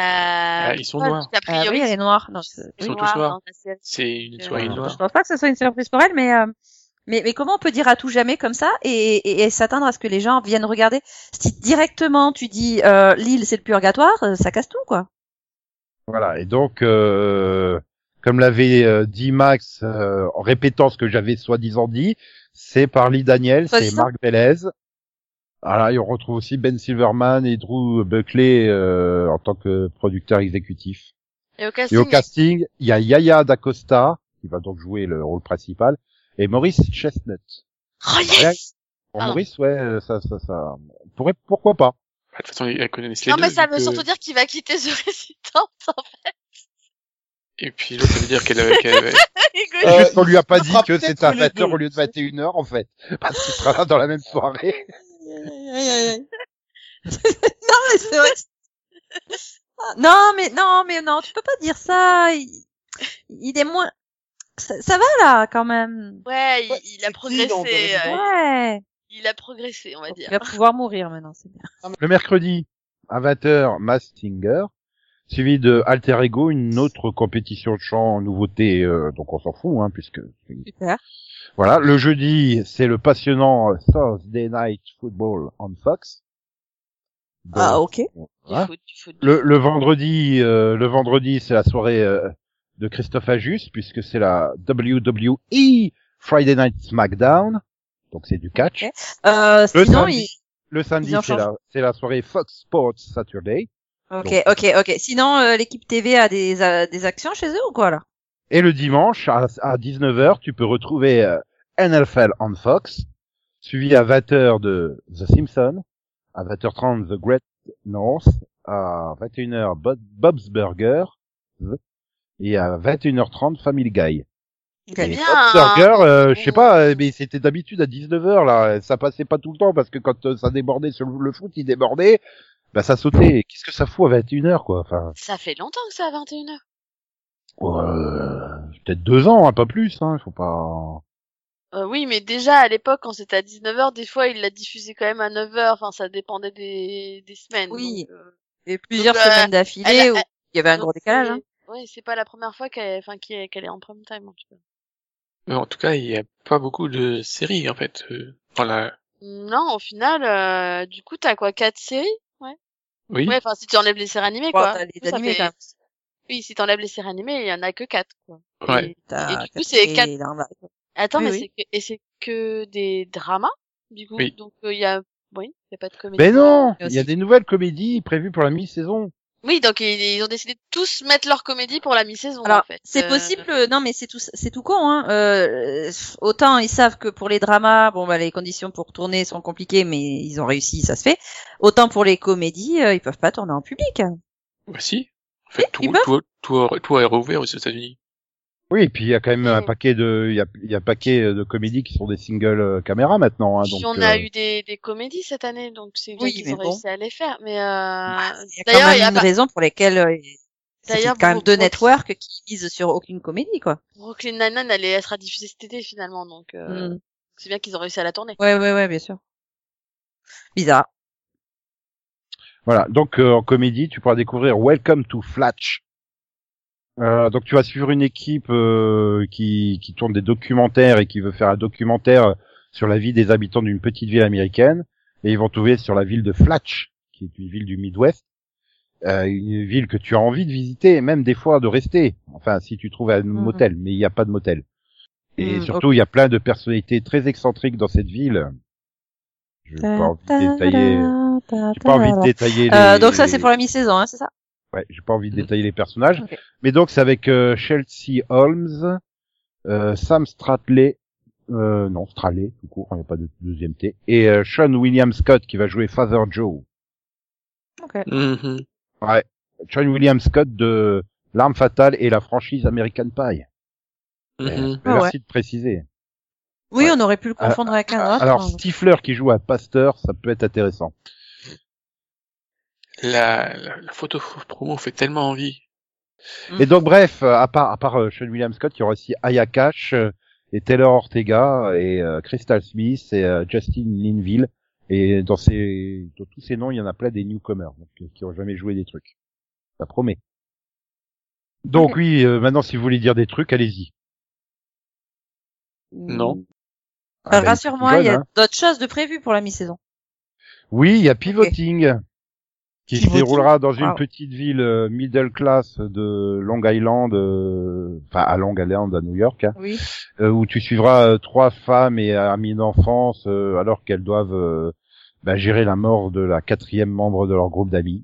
Speaker 5: Ah, ils sont
Speaker 4: Paul,
Speaker 5: noirs.
Speaker 4: A
Speaker 2: Ah
Speaker 4: priori,
Speaker 2: oui, elle est noire. Non, c'est-
Speaker 5: Ils sont
Speaker 4: noirs
Speaker 5: tous noirs.
Speaker 4: dans la série.
Speaker 5: C'est une
Speaker 4: Euh,
Speaker 5: soirée
Speaker 1: non,
Speaker 5: noire.
Speaker 2: Je pense pas que ce soit une surprise pour elle, mais euh, mais, mais comment on peut dire à tout jamais comme ça et, et, et s'attendre à ce que les gens viennent regarder Si directement tu dis euh, l'île c'est le purgatoire, euh, ça casse tout quoi.
Speaker 1: Voilà. Et donc, euh, comme l'avait euh, dit Max euh, en répétant ce que j'avais soi-disant dit, c'est par Lee Daniel, c'est
Speaker 2: Soi-disant.
Speaker 1: Marc Vélez. Voilà, et on retrouve aussi Ben Silverman et Drew Buckley euh, en tant que producteur exécutif.
Speaker 4: Et au
Speaker 1: Et
Speaker 4: casting,
Speaker 1: au casting, il y a Yaya Dacosta, qui va donc jouer le rôle principal, et Maurice Chestnut.
Speaker 4: Oh yes!
Speaker 1: Pour
Speaker 4: Ah.
Speaker 1: Maurice, ouais, euh, ça, ça, ça, on pourrait, pourquoi pas?
Speaker 5: Bah, De toute façon, elle connaît les
Speaker 4: Non,
Speaker 5: deux,
Speaker 4: mais ça
Speaker 5: donc,
Speaker 4: veut
Speaker 5: euh,
Speaker 4: surtout dire qu'il va quitter The Resident. en fait.
Speaker 5: Et puis l'autre, ça veut dire qu'elle avait... qu'elle-
Speaker 4: [laughs] Écoute,
Speaker 1: Juste
Speaker 3: Euh,
Speaker 1: qu'on lui a pas
Speaker 3: il
Speaker 1: dit
Speaker 3: fera
Speaker 1: que
Speaker 3: peut-être
Speaker 1: c'était à
Speaker 3: tous les
Speaker 1: 20h
Speaker 3: deux.
Speaker 1: au lieu de 21h, en fait. Parce qu'il sera là dans la même soirée.
Speaker 2: non mais c'est [laughs] vrai. que- Ah, non mais non mais non, tu peux pas dire ça. Il, il est moins. Ça, ça va là quand même.
Speaker 4: Ouais,
Speaker 3: Ouais,
Speaker 4: il, il a
Speaker 3: c'est qui dans The
Speaker 4: progressé.
Speaker 3: Resident
Speaker 4: euh,
Speaker 2: Ouais.
Speaker 4: Il a progressé, on va
Speaker 2: Il
Speaker 4: dire.
Speaker 2: va pouvoir mourir maintenant, c'est bien.
Speaker 1: Le mercredi, à 20h, Mass Singer, suivi de Alter Ego, une autre compétition de chant nouveauté, euh, donc on s'en fout, hein, puisque
Speaker 2: Super.
Speaker 1: Voilà, le jeudi, c'est le passionnant euh, Thursday Night Football on Fox. Donc,
Speaker 2: Ah, ok.
Speaker 4: Du
Speaker 1: voilà.
Speaker 4: foot, du foot.
Speaker 1: le, le vendredi, euh, le vendredi, c'est la soirée euh, de Christophe Ajus, puisque c'est la WWE Friday Night SmackDown, donc c'est du catch.
Speaker 2: Ok. Euh,
Speaker 1: Le
Speaker 2: sinon il.
Speaker 1: samedi, le samedi,
Speaker 2: ils ont
Speaker 1: c'est la, c'est la soirée Fox Sports Saturday.
Speaker 2: Ok,
Speaker 1: Donc,
Speaker 2: ok, ok. Sinon, euh, l'équipe TV a des, a des actions chez eux ou quoi là
Speaker 1: Et le dimanche, à, à 19h, tu peux retrouver euh, NFL on Fox, suivi à 20h de The Simpsons, à 20h30 The Great North, à 21h Bo- Bob's Burger, The- et à 21h30 Family Guy.
Speaker 4: C'est
Speaker 1: Et
Speaker 4: bien,
Speaker 1: Bob's
Speaker 4: hein.
Speaker 1: Burger, euh, je sais pas, euh, mais c'était d'habitude à 19h là, ça passait pas tout le temps parce que quand euh, ça débordait sur le foot, il débordait, bah ça sautait. Qu'est-ce que ça fout à 21h quoi Enfin,
Speaker 4: Ça fait longtemps que c'est à 21h.
Speaker 1: euh, peut-être deux ans, hein, pas plus, hein, faut pas...
Speaker 4: Euh, oui, mais déjà à l'époque, quand c'était à 19h, des fois il l'a diffusé quand même à 9h. Enfin, ça dépendait des, des semaines.
Speaker 2: Oui.
Speaker 4: donc, euh,
Speaker 2: Il y avait plusieurs
Speaker 4: euh,
Speaker 2: semaines
Speaker 4: elle a-
Speaker 2: d'affilée où
Speaker 4: elle-
Speaker 2: il y avait un
Speaker 4: donc,
Speaker 2: gros décalage.
Speaker 4: c'est-
Speaker 2: Hein.
Speaker 4: Ouais, c'est pas la première fois qu'elle, enfin, qu'elle est- qu'elle est en prime time. En tout cas.
Speaker 5: Euh, En tout cas, il n'y a pas beaucoup de séries, en fait. euh, Dans la...
Speaker 4: Non, au final, euh, du coup, t'as quoi, quatre séries
Speaker 5: Oui,
Speaker 4: Ouais, enfin, si tu enlèves les séries animées,
Speaker 2: Bon,
Speaker 4: quoi.
Speaker 2: t'as les
Speaker 4: Du coup, ça
Speaker 2: animés,
Speaker 4: fait-
Speaker 2: t'as-
Speaker 4: Oui, si t'enlèves les séries animées, il y en a que quatre, quoi.
Speaker 5: ouais.
Speaker 4: Et-
Speaker 2: T'as-
Speaker 4: du coup, c'est
Speaker 2: et
Speaker 4: quatre-
Speaker 2: là, on va-
Speaker 4: Attends,
Speaker 2: Oui,
Speaker 4: mais
Speaker 2: oui.
Speaker 4: c'est que, et c'est que des dramas, du coup.
Speaker 5: Oui.
Speaker 4: Donc, euh, il y a, oui, il y a pas de comédie.
Speaker 1: Mais non,
Speaker 2: Et
Speaker 1: il y a
Speaker 2: aussi-
Speaker 1: des nouvelles comédies prévues pour la mi-saison.
Speaker 4: Oui, donc ils, ils ont décidé de tous mettre leur comédie pour la mi-saison.
Speaker 2: Alors,
Speaker 4: en fait.
Speaker 2: c'est
Speaker 4: Euh,
Speaker 2: possible. euh, Non, mais c'est tout, c'est tout con. Hein. Euh, autant ils savent que pour les dramas, bon, bah, les conditions pour tourner sont compliquées, mais ils ont réussi, ça se fait. Autant pour les comédies, euh, ils peuvent pas tourner en public. hein.
Speaker 5: Bah, si. En fait,
Speaker 2: Oui, ils
Speaker 5: tout, tout, tout, a- tout a rouvert aux États-Unis.
Speaker 1: Oui, et puis il y a quand même un
Speaker 4: Mhm.
Speaker 1: paquet de, il y a, il y a un paquet de comédies qui sont des singles euh, caméra maintenant. Hein,
Speaker 4: Puis
Speaker 1: donc,
Speaker 4: on a
Speaker 1: euh,
Speaker 4: eu des, des comédies cette année, donc c'est bien
Speaker 2: Oui,
Speaker 4: qu'ils
Speaker 2: mais
Speaker 4: ont
Speaker 2: bon. Bah,
Speaker 4: réussi à les faire. Mais
Speaker 2: Il y
Speaker 4: euh,
Speaker 2: a quand
Speaker 4: d'ailleurs, il y
Speaker 2: même
Speaker 4: a
Speaker 2: une
Speaker 4: pas-
Speaker 2: raison pour laquelle euh, c'est
Speaker 4: D'ailleurs,
Speaker 2: quand même
Speaker 4: Bro-
Speaker 2: deux
Speaker 4: Brooklyn-
Speaker 2: networks qui misent sur aucune comédie, quoi.
Speaker 4: Brooklyn Nine-Nine, elle, est- elle sera diffusée cet été finalement, donc euh,
Speaker 2: Hmm.
Speaker 4: c'est bien qu'ils ont réussi à la tourner.
Speaker 2: Ouais, ouais, ouais, bien sûr. Bizarre.
Speaker 1: Voilà. Donc euh, en comédie, tu pourras découvrir Welcome to Flatch. Euh, donc tu vas suivre une équipe euh, qui, qui tourne des documentaires et qui veut faire un documentaire sur la vie des habitants d'une petite ville américaine. Et ils vont trouver sur la ville de Flatch, qui est une ville du Midwest, euh, une ville que tu as envie de visiter et même des fois de rester. Enfin, si tu trouves un motel, mais il n'y a pas de motel. Et
Speaker 2: Mhm,
Speaker 1: surtout, il y a plein de personnalités très excentriques dans cette ville. Je n'ai pas envie de détailler. euh, J'ai pas envie de détailler. Les...
Speaker 2: Euh, donc ça c'est pour la mi-saison, hein, c'est ça
Speaker 1: Ouais, j'ai pas envie de détailler les personnages.
Speaker 2: Ok.
Speaker 1: Mais donc c'est avec euh, Chelsea Holmes, euh, Sam Stratley, euh, non, Straley, tout court, il n'y a pas de deuxième T. Et euh, Sean William Scott qui va jouer Father Joe.
Speaker 5: Mhm.
Speaker 1: Mm-hmm, Sean William Scott de L'Arme Fatale et la franchise American Pie.
Speaker 5: Mhm.
Speaker 2: Ah
Speaker 1: Merci de préciser.
Speaker 2: Oui,
Speaker 1: Ouais.
Speaker 2: on aurait pu le
Speaker 1: Ah,
Speaker 2: confondre avec un autre. hein.
Speaker 1: Alors, Stifler qui joue à Pasteur, ça peut être intéressant.
Speaker 5: La, la, la photo promo fait tellement envie.
Speaker 2: Mm.
Speaker 1: Et donc bref, euh, à part à part euh, Sean William Scott, il y aura aussi Aya Cash euh, et Taylor Ortega et euh, Crystal Smith et euh, Justin Linville. Et dans ces dans tous ces noms, il y en a plein des newcomers donc, euh, qui ont jamais joué des trucs. Ça promet. Donc
Speaker 2: Ok.
Speaker 1: oui, euh, maintenant si vous voulez dire des trucs, allez-y.
Speaker 5: Non.
Speaker 1: Ah, bah,
Speaker 2: Euh, Rassure-moi,
Speaker 1: bonne,
Speaker 2: il y a
Speaker 1: hein.
Speaker 2: d'autres choses de prévues pour la mi-saison.
Speaker 1: Oui, il y a Pivoting qui se
Speaker 2: Pivoting.
Speaker 1: déroulera dans une
Speaker 2: Wow.
Speaker 1: petite ville euh, middle class de Long Island, euh, enfin à Long Island à New York. hein.
Speaker 2: Oui.
Speaker 1: euh, où tu suivras euh, trois femmes et un ami d'enfance euh, alors qu'elles doivent euh, bah, gérer la mort de la quatrième membre de leur groupe d'amis.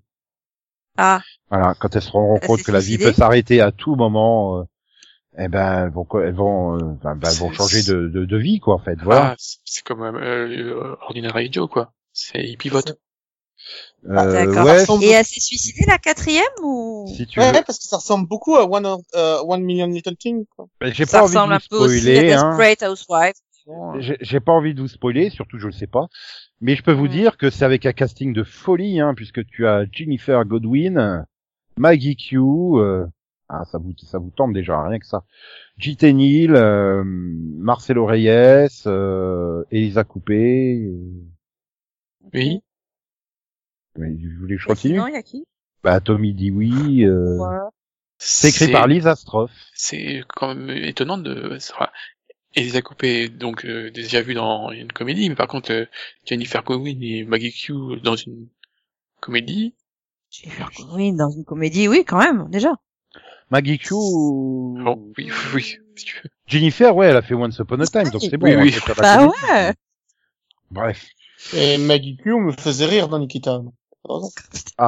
Speaker 2: Ah,
Speaker 1: Voilà, quand elles se rendront
Speaker 2: Elle
Speaker 1: compte
Speaker 2: s'est
Speaker 1: que la vie
Speaker 2: suicidée
Speaker 1: peut s'arrêter à tout moment, euh, eh ben elles vont co- elles vont euh, ben, ben, elles vont
Speaker 5: C'est-
Speaker 1: changer de, de, de vie quoi en fait. Voilà.
Speaker 5: Ah, c'est c'est comme euh, euh, Ordinary Joe, quoi. C'est, il pivote.
Speaker 2: ah,
Speaker 1: Euh,
Speaker 2: d'accord.
Speaker 1: ouais,
Speaker 3: ressemble-
Speaker 2: Et elle s'est suicidée la quatrième ou
Speaker 1: si tu
Speaker 3: Ouais,
Speaker 1: veux.
Speaker 3: ouais, parce que ça ressemble beaucoup à One, Or- euh, One Million Little Things. quoi.
Speaker 1: Ben, J'ai
Speaker 2: ça
Speaker 1: pas envie de
Speaker 2: ressemble
Speaker 1: vous
Speaker 2: un peu aussi à
Speaker 1: spoiler. hein.
Speaker 2: Great Housewives Bon, euh,
Speaker 1: J'ai j'ai pas envie de vous spoiler, surtout je le sais pas. Mais je peux vous
Speaker 2: Ouais.
Speaker 1: dire que c'est avec un casting de folie, hein, puisque tu as Jennifer Godwin, euh, Maggie Q, euh, ah, ça vous ça vous tente déjà, rien que ça. J.T. Neal, euh, Marcelo Reyes, euh, Elisa Coupé. euh,
Speaker 5: Oui.
Speaker 1: mais je voulais que je
Speaker 2: et
Speaker 1: continue.
Speaker 2: sinon, il y a qui
Speaker 1: Bah, Tommy Dewey. Euh,
Speaker 2: Voilà.
Speaker 1: c'est écrit par Lisa Stroff.
Speaker 5: C'est quand même étonnant de. ça- Elisa Coupé, donc euh, déjà vue dans une comédie, mais par contre euh, Jennifer Cowin et Maggie Q dans une comédie.
Speaker 2: Jennifer Connelly dans une comédie, oui, quand même, déjà.
Speaker 1: Maggie Q.
Speaker 5: Bon, oui, oui, si tu veux.
Speaker 1: Jennifer, ouais, elle a fait Once Upon a Time, donc c'est bon.
Speaker 5: Oui,
Speaker 1: on
Speaker 5: oui.
Speaker 1: peut faire la
Speaker 2: Ah, Bah
Speaker 1: comédie.
Speaker 2: ouais.
Speaker 1: Bref,
Speaker 3: Et Maggie Q me faisait rire dans Nikita. [laughs]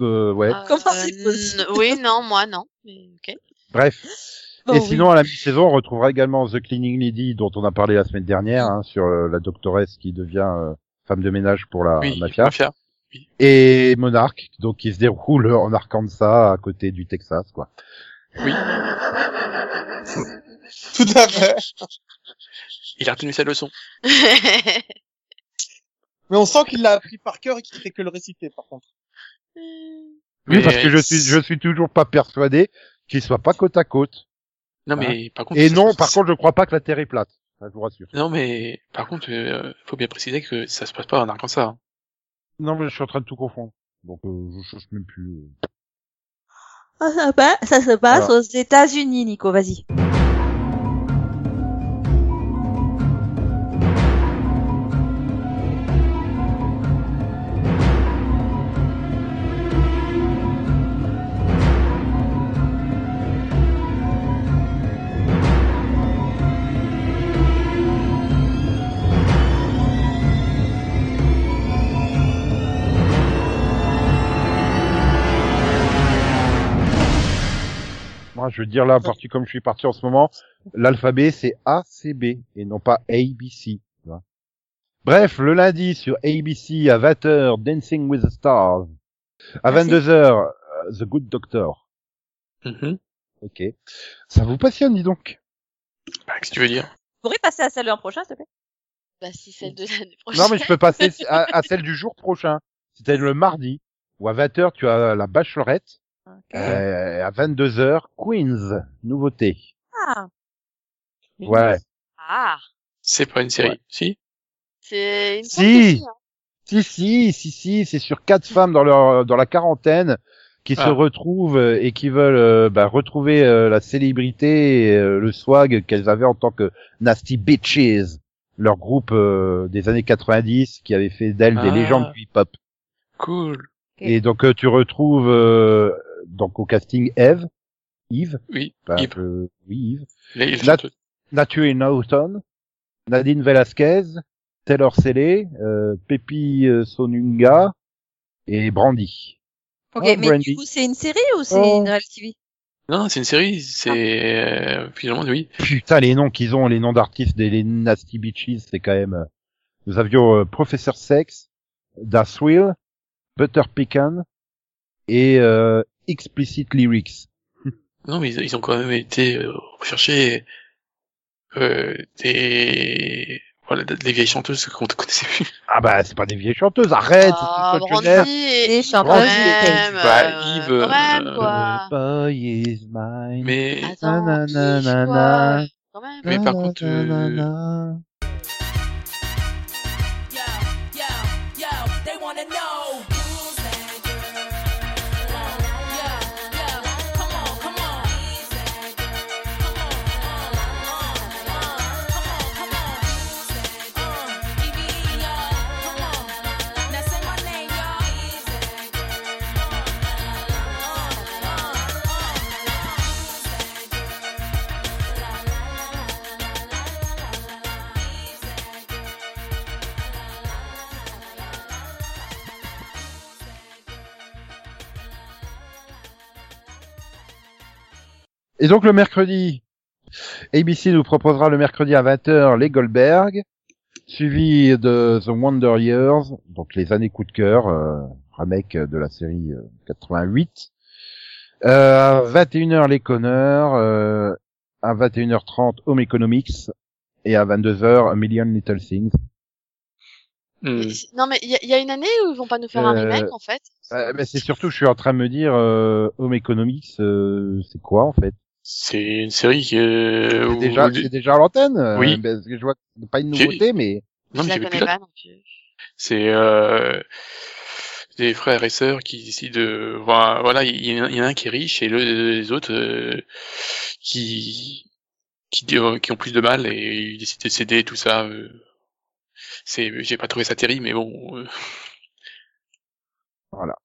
Speaker 1: euh, ouais.
Speaker 4: Euh,
Speaker 2: Comment c'est possible
Speaker 4: n- Oui, non, moi non. Mais ok. [laughs]
Speaker 1: Bref.
Speaker 2: Bon,
Speaker 1: et
Speaker 2: oui.
Speaker 1: sinon, à la mi-saison, on retrouvera également The Cleaning Lady, dont on a parlé la semaine dernière, hein, sur euh, la doctoresse qui devient euh, femme de ménage pour la
Speaker 5: oui,
Speaker 1: Bah, mafia.
Speaker 5: mafia.
Speaker 1: Et Monarch, donc qui se déroule en Arkansas, à côté du Texas, quoi.
Speaker 3: Tout à fait.
Speaker 5: Il a retenu sa leçon.
Speaker 3: Mais on sent qu'il l'a appris par cœur et qu'il fait que le réciter, par contre.
Speaker 1: Oui,
Speaker 5: Mais-
Speaker 1: parce que je suis, je suis toujours pas persuadé qu'ils soient pas côte à côte. Bah.
Speaker 5: Non mais par contre.
Speaker 1: Et
Speaker 5: ça-
Speaker 1: non, par contre, je crois pas que la Terre est plate. Ça, je vous rassure.
Speaker 5: Non mais par contre, euh, faut bien préciser que ça se passe pas en Arkansas. hein.
Speaker 1: Non, mais je suis en train de tout confondre. Donc, euh, je cherche même plus. euh.
Speaker 2: Ah, ça, pa- ça se passe aux États-Unis, Nico, vas-y.
Speaker 1: Moi, je veux dire là, parti comme je suis parti en ce moment, l'alphabet c'est ACB et non pas ABC. tu vois. Bref, le lundi sur ABC à 20h, Dancing with the Stars. À
Speaker 2: Merci.
Speaker 1: 22h, euh, The Good Doctor. Mm-hmm.
Speaker 5: Mhm.
Speaker 1: Ok. Ça vous passionne, dis donc.
Speaker 5: Bah, qu'est-ce que tu veux dire
Speaker 2: Tu pourrais passer à celle de l'an prochain, s'il te plaît
Speaker 4: bah si celle de l'année
Speaker 2: Oh,
Speaker 4: prochaine.
Speaker 1: Non, mais je peux passer à, à celle du jour prochain. C'était le mardi. Ou à 20h, tu as la Bachelorette. Euh, à 22h, Queens. Nouveauté.
Speaker 2: Ah,
Speaker 1: Ouais.
Speaker 4: Ah.
Speaker 5: C'est pas une série, si
Speaker 4: C'est une
Speaker 1: Si. eh,
Speaker 4: fantaisie, hein.
Speaker 1: Si, si, si, si, c'est sur quatre femmes dans leur dans la quarantaine qui se
Speaker 5: Ah.
Speaker 1: retrouvent euh, et qui veulent euh, bah, retrouver euh, la célébrité, et, euh, le swag qu'elles avaient en tant que Nasty Bitches, leur groupe euh, des années 90 qui avait fait d'elles des
Speaker 5: Ah.
Speaker 1: légendes du hip-hop.
Speaker 5: Cool.
Speaker 2: Ok.
Speaker 1: Et donc euh, tu retrouves euh, donc au casting Eve, Yves,
Speaker 5: Oui.
Speaker 1: bah,
Speaker 5: Yves.
Speaker 1: euh, oui Yves,
Speaker 5: Là, il
Speaker 1: Là-
Speaker 5: fait un truc.
Speaker 1: Natue Naughton, Nadine Velasquez, Taylor Sellé, euh, Pepi euh, Sonunga et Brandy.
Speaker 2: ok,
Speaker 1: Oh,
Speaker 2: mais
Speaker 1: Brandy.
Speaker 2: du coup, c'est une série ou c'est
Speaker 1: Oh.
Speaker 2: une reality TV
Speaker 5: Non, c'est une série,
Speaker 1: Ah.
Speaker 5: c'est euh, finalement oui.
Speaker 1: Putain, les noms qu'ils ont, les noms d'artistes des les Nasty Beaches, c'est quand même... euh, Nous avions euh, Professor Sex, Das Wheel, Butter Pecan et euh, Explicit Lyrics.
Speaker 5: Non, mais ils, ils ont quand même été euh, rechercher euh, des voilà des vieilles chanteuses qu'on ne connaissait plus.
Speaker 1: Ah bah, c'est pas des vieilles chanteuses, arrête
Speaker 4: Ah,
Speaker 1: c'est une
Speaker 4: Brandy
Speaker 1: jeunesse.
Speaker 4: et
Speaker 2: Et
Speaker 4: quand
Speaker 1: Oh.
Speaker 2: chanteuse,
Speaker 4: même,
Speaker 5: Bah,
Speaker 4: euh,
Speaker 5: Yves,
Speaker 4: quand même,
Speaker 5: euh,
Speaker 4: quoi.
Speaker 1: Boy is mine.
Speaker 5: Mais
Speaker 4: Attends,
Speaker 1: nanana,
Speaker 4: pige, quoi,
Speaker 1: nanana.
Speaker 4: quand même.
Speaker 5: mais par contre, euh,
Speaker 1: Nanana.
Speaker 7: Yo, yo, yo, they wanna know. Who's that girl? Yo, yo, come on, come on. Who's that girl? Come on, uh, uh, uh, come on, come on. Who's that girl? Uh, BB, y'all, come on. Now say my name, y'all. Who's that girl? Uh, uh, uh, uh.
Speaker 1: Et donc le mercredi, ABC nous proposera le mercredi à 20h les Goldberg, suivi de The Wonder Years, donc les années coup de cœur, euh, remake de la série euh, 88. Euh, à 21h les Connors, euh, à 21h30 Home Economics et à 22h A Million Little Things. Ah.
Speaker 5: hmm,
Speaker 4: Non, mais il y, a- il y a une année où ils vont pas nous faire un
Speaker 1: Euh,
Speaker 4: remake, en fait.
Speaker 1: Euh, mais c'est surtout, je suis en train de me dire, euh, Home Economics, euh, c'est quoi en fait
Speaker 5: c'est une série qui euh,
Speaker 1: C'est
Speaker 5: où-
Speaker 1: déjà, c'est déjà à l'antenne. euh,
Speaker 5: Oui.
Speaker 1: parce que je vois que c'est pas une
Speaker 5: J'ai-
Speaker 1: nouveauté, mais
Speaker 4: je
Speaker 5: non, mais
Speaker 4: la
Speaker 5: j'avais plus
Speaker 4: connais
Speaker 5: la-
Speaker 4: pas non plus.
Speaker 5: C'est euh, des frères et sœurs qui décident de... Voilà, voilà, il y, en a- il y en a un qui est riche et le- les autres euh, qui, qui, euh, qui ont plus de mal et ils décident de s'aider, tout ça. euh. C'est, j'ai pas trouvé ça terrible, mais bon... euh, [laughs]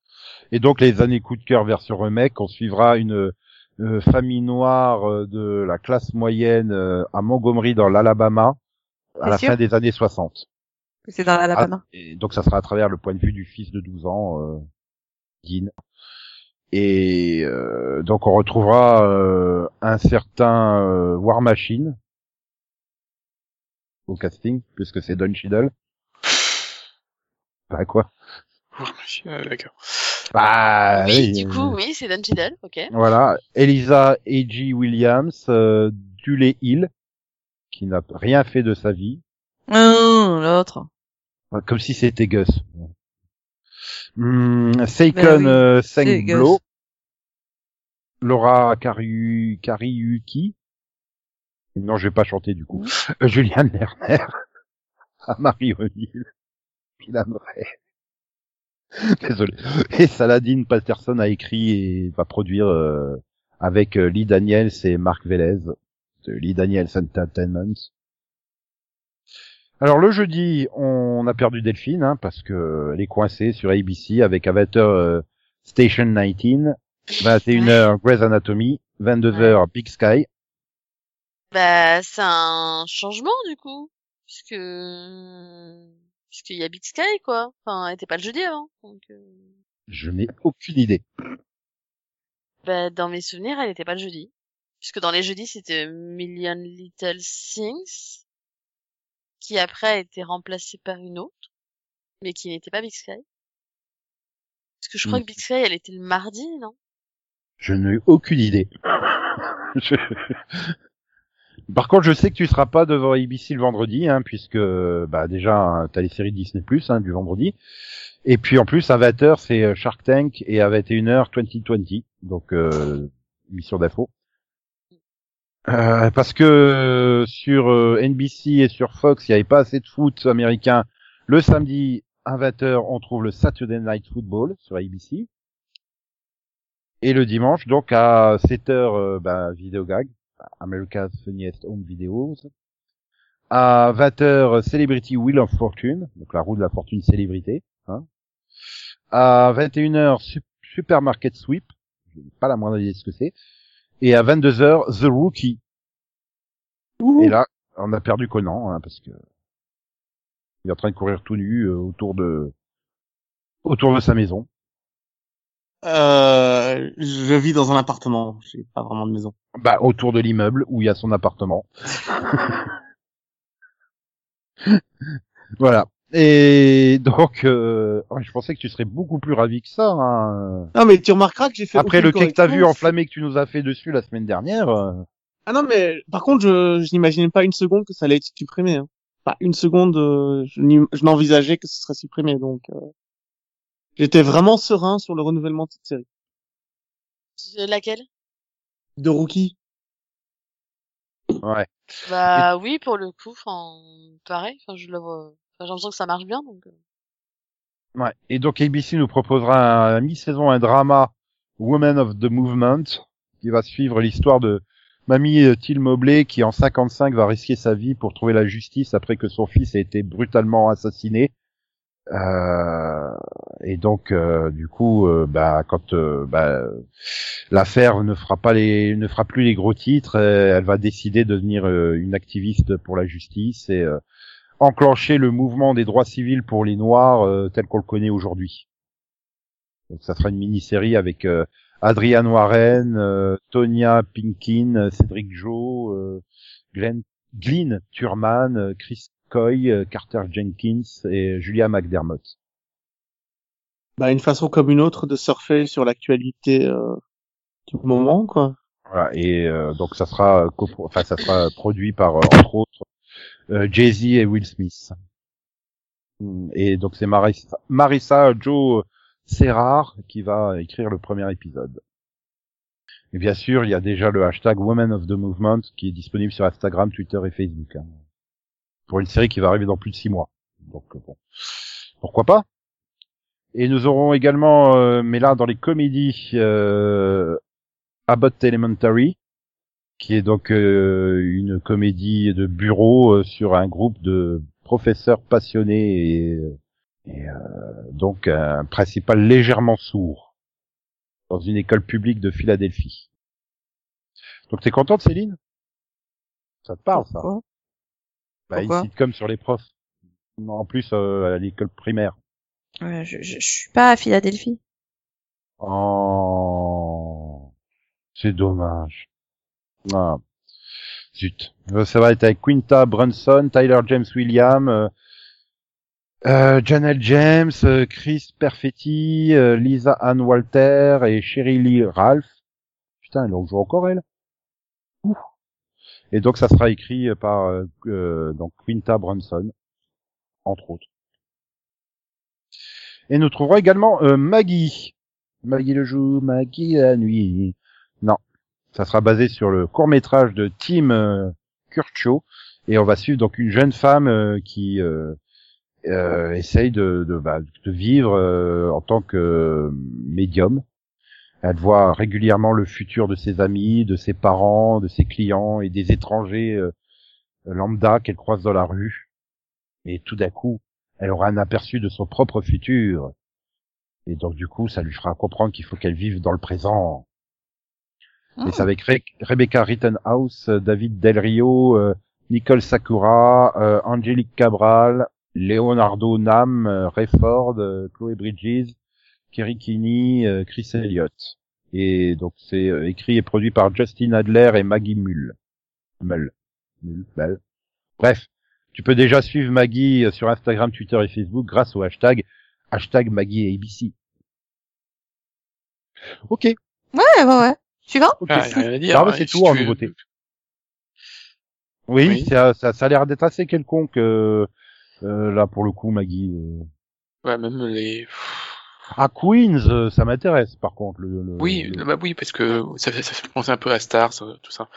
Speaker 1: Et donc les années coup de cœur version remake, on suivra une euh, famille noire euh, de la classe moyenne euh, à Montgomery dans l'Alabama à
Speaker 2: C'est
Speaker 1: la
Speaker 2: sûr
Speaker 1: fin des années 60.
Speaker 2: C'est dans l'Alabama.
Speaker 1: Et donc ça sera à travers le point de vue du fils de 12 ans, euh, Dean. Et euh, donc on retrouvera euh, un certain euh, War Machine au casting, puisque c'est Don
Speaker 4: [sighs]
Speaker 1: Cheadle. Bah quoi
Speaker 5: euh, D'accord.
Speaker 1: Bah
Speaker 5: Ah
Speaker 4: oui,
Speaker 1: oui,
Speaker 4: du
Speaker 1: euh,
Speaker 4: coup, oui, c'est Don Cheadle, ok.
Speaker 1: Voilà, Elisa A.G. Williams, euh, Dulé Hill, qui n'a rien fait de sa vie,
Speaker 2: Hum, l'autre.
Speaker 1: Enfin, comme si c'était Gus. Hum, Seikon
Speaker 2: Ben oui,
Speaker 1: euh,
Speaker 2: c'est
Speaker 1: Sengblow, Laura Kariu- Kariuki, non je vais pas chanter du coup, Euh, Julianne Lerner, [laughs] Ah, Marie O'Neill, Dylan Ray. [laughs] Désolé. Et Saladin Patterson a écrit et va produire euh, avec euh, Lee Daniels et Marc Vélez de Lee Daniels Entertainment. Alors le jeudi, on a perdu Delphine hein, parce que elle est coincée sur ABC avec à 20h euh, Station 19, 21h Grey's Anatomy, 22h Big Sky.
Speaker 4: Bah, c'est un changement, du coup. Puisque... Puisqu'il y a Big Sky, quoi. Enfin, elle était pas le jeudi avant. Donc, euh,
Speaker 1: Je n'ai aucune idée.
Speaker 4: bah, dans mes souvenirs, elle était pas le jeudi. Puisque dans les jeudis, c'était Million Little Things, qui après a été remplacée par une autre, mais qui n'était pas Big Sky. Parce que je crois
Speaker 1: Hmm.
Speaker 4: que Big Sky, elle était le mardi, non
Speaker 1: Je n'ai aucune idée. Je- [laughs] Par contre, je sais que tu seras pas devant ABC le vendredi, hein, puisque bah déjà tu as les séries Disney Plus hein, du vendredi, et puis en plus à 20h c'est euh, Shark Tank et à 21h 2020, donc euh, mission d'info. Euh, parce que euh, sur euh, NBC et sur Fox, il n'y avait pas assez de foot américain. Le samedi à 20h, on trouve le Saturday Night Football sur ABC. Et le dimanche, donc à 7h, euh, bah, vidéo gag, America's Funniest Home Videos. À 20h, euh, Celebrity Wheel of Fortune, donc la roue de la fortune célébrité. Hein. À 21h, Sup- Supermarket Sweep, je n'ai pas la moindre idée de ce que c'est. Et à 22h, The Rookie.
Speaker 3: Ouh.
Speaker 1: Et là, on a perdu Conan, hein, parce que il est en train de courir tout nu euh, autour de autour de sa maison.
Speaker 3: Euh, je vis dans un appartement. J'ai pas vraiment de maison.
Speaker 1: Bah, autour de l'immeuble où il y a son appartement. voilà. Et donc, euh, ouais, je pensais que tu serais beaucoup plus ravi que ça. hein.
Speaker 3: Non, mais tu remarqueras que j'ai fait.
Speaker 1: Après
Speaker 3: aucune
Speaker 1: le quai que t'as vu
Speaker 3: correction.
Speaker 1: enflammé que tu nous as fait dessus la semaine dernière. euh,
Speaker 3: Ah non, mais par contre, je, je n'imaginais pas une seconde que ça allait être supprimé. hein. Pas une seconde. euh, je n'im- je n'envisageais que ce serait supprimé. Donc, euh, j'étais vraiment serein sur le renouvellement de cette série.
Speaker 4: C'est Euh, Laquelle
Speaker 3: De Rookie.
Speaker 1: ouais.
Speaker 4: Bah oui, pour le coup, enfin, pareil, enfin, je le vois. Enfin, j'ai l'impression que ça marche bien, donc. euh.
Speaker 1: Ouais. Et donc ABC nous proposera à mi-saison un drama Women of the Movement qui va suivre l'histoire de Mamie euh, Till Mobley qui en 55 va risquer sa vie pour trouver la justice après que son fils a été brutalement assassiné. Euh, et donc euh, du coup euh, bah quand euh, bah, l'affaire ne fera pas les ne fera plus les gros titres, euh, elle va décider de devenir euh, une activiste pour la justice et euh, enclencher le mouvement des droits civils pour les Noirs euh, tel qu'on le connaît aujourd'hui. Donc ça sera une mini-série avec euh, Adrian Warren, euh, Tonya Pinkin, euh, Cédric Joe, euh, Glenn, Glyn Turman, euh, Chris Coy, euh, Carter Jenkins et Julia McDermott.
Speaker 3: Bah, une façon comme une autre de surfer sur l'actualité euh, du moment, quoi.
Speaker 1: Voilà, et euh, donc ça sera euh, copro- enfin ça sera produit par euh, entre autres euh, Jay-Z et Will Smith. Mm, Et donc c'est Marissa, Marissa Joe Serrar qui va écrire le premier épisode. Et bien sûr, il y a déjà le hashtag Women of the Movement qui est disponible sur Instagram, Twitter et Facebook. hein. pour une série qui va arriver dans plus de six mois. Donc euh, bon, pourquoi pas Et nous aurons également, euh, mais là dans les comédies, euh, Abbott Elementary, qui est donc euh, une comédie de bureau euh, sur un groupe de professeurs passionnés et, et, euh, donc un principal légèrement sourd dans une école publique de Philadelphie. Donc t'es contente Céline Ça te parle ça
Speaker 2: Pourquoi
Speaker 1: bah, Une
Speaker 2: Pourquoi
Speaker 1: sitcom sur les profs. En plus euh, à l'école primaire.
Speaker 2: Euh, je, je, je suis pas à Philadelphie.
Speaker 1: Oh, c'est dommage. Ah, zut. Euh, Ça va être avec Quinta Brunson, Tyler James William, euh, euh, Janelle James, euh, Chris Perfetti, euh, Lisa Ann Walter et Sherry Lee Ralph. Putain, elle en joue encore elle. Ouh. Et donc ça sera écrit euh, par euh, euh, donc Quinta Brunson, entre autres. Et nous trouverons également euh, Maggie. Maggie le jour, Maggie la nuit. Non, ça sera basé sur le court métrage de Tim euh, Curcio et on va suivre donc une jeune femme euh, qui euh, euh, essaye de, de, bah, de vivre euh, en tant que euh, médium. Elle voit régulièrement le futur de ses amis, de ses parents, de ses clients et des étrangers euh, lambda qu'elle croise dans la rue. Et tout d'un coup, elle aura un aperçu de son propre futur. Et donc du coup, ça lui fera comprendre qu'il faut qu'elle vive dans le présent. Et c'est avec Re- Rebecca Rittenhouse, euh, David Del Rio, euh, Nicole Sakura, euh, Angélique Cabral, Leonardo Nam, euh, Ray Ford, euh, Chloé Bridges, Kerry Kinney, euh, Chris Elliott. Et donc c'est euh, écrit et produit par Justin Adler et Maggie Mull. Mull. Mull. Mull. Bref, tu peux déjà suivre Maggie euh, sur Instagram, Twitter et Facebook grâce au hashtag hashtag Maggie et ABC. Ok.
Speaker 2: Ouais, ouais, ouais. Suivant
Speaker 1: ok.
Speaker 5: Ah, y a rien à dire.
Speaker 1: Non, mais
Speaker 5: hein,
Speaker 1: c'est
Speaker 5: si
Speaker 1: tout en
Speaker 5: tu-
Speaker 1: nouveauté. Oui,
Speaker 5: Oui.
Speaker 1: Ça, ça, ça a l'air d'être assez quelconque euh, euh, là pour le coup, Maggie. euh.
Speaker 5: Ouais, même les.
Speaker 1: Ah Queens, euh, ça m'intéresse par contre. Le, le-
Speaker 5: Oui,
Speaker 1: Euh, le-
Speaker 5: bah oui, parce que ça, fait- ça fait penser un peu à Stars, euh, tout ça.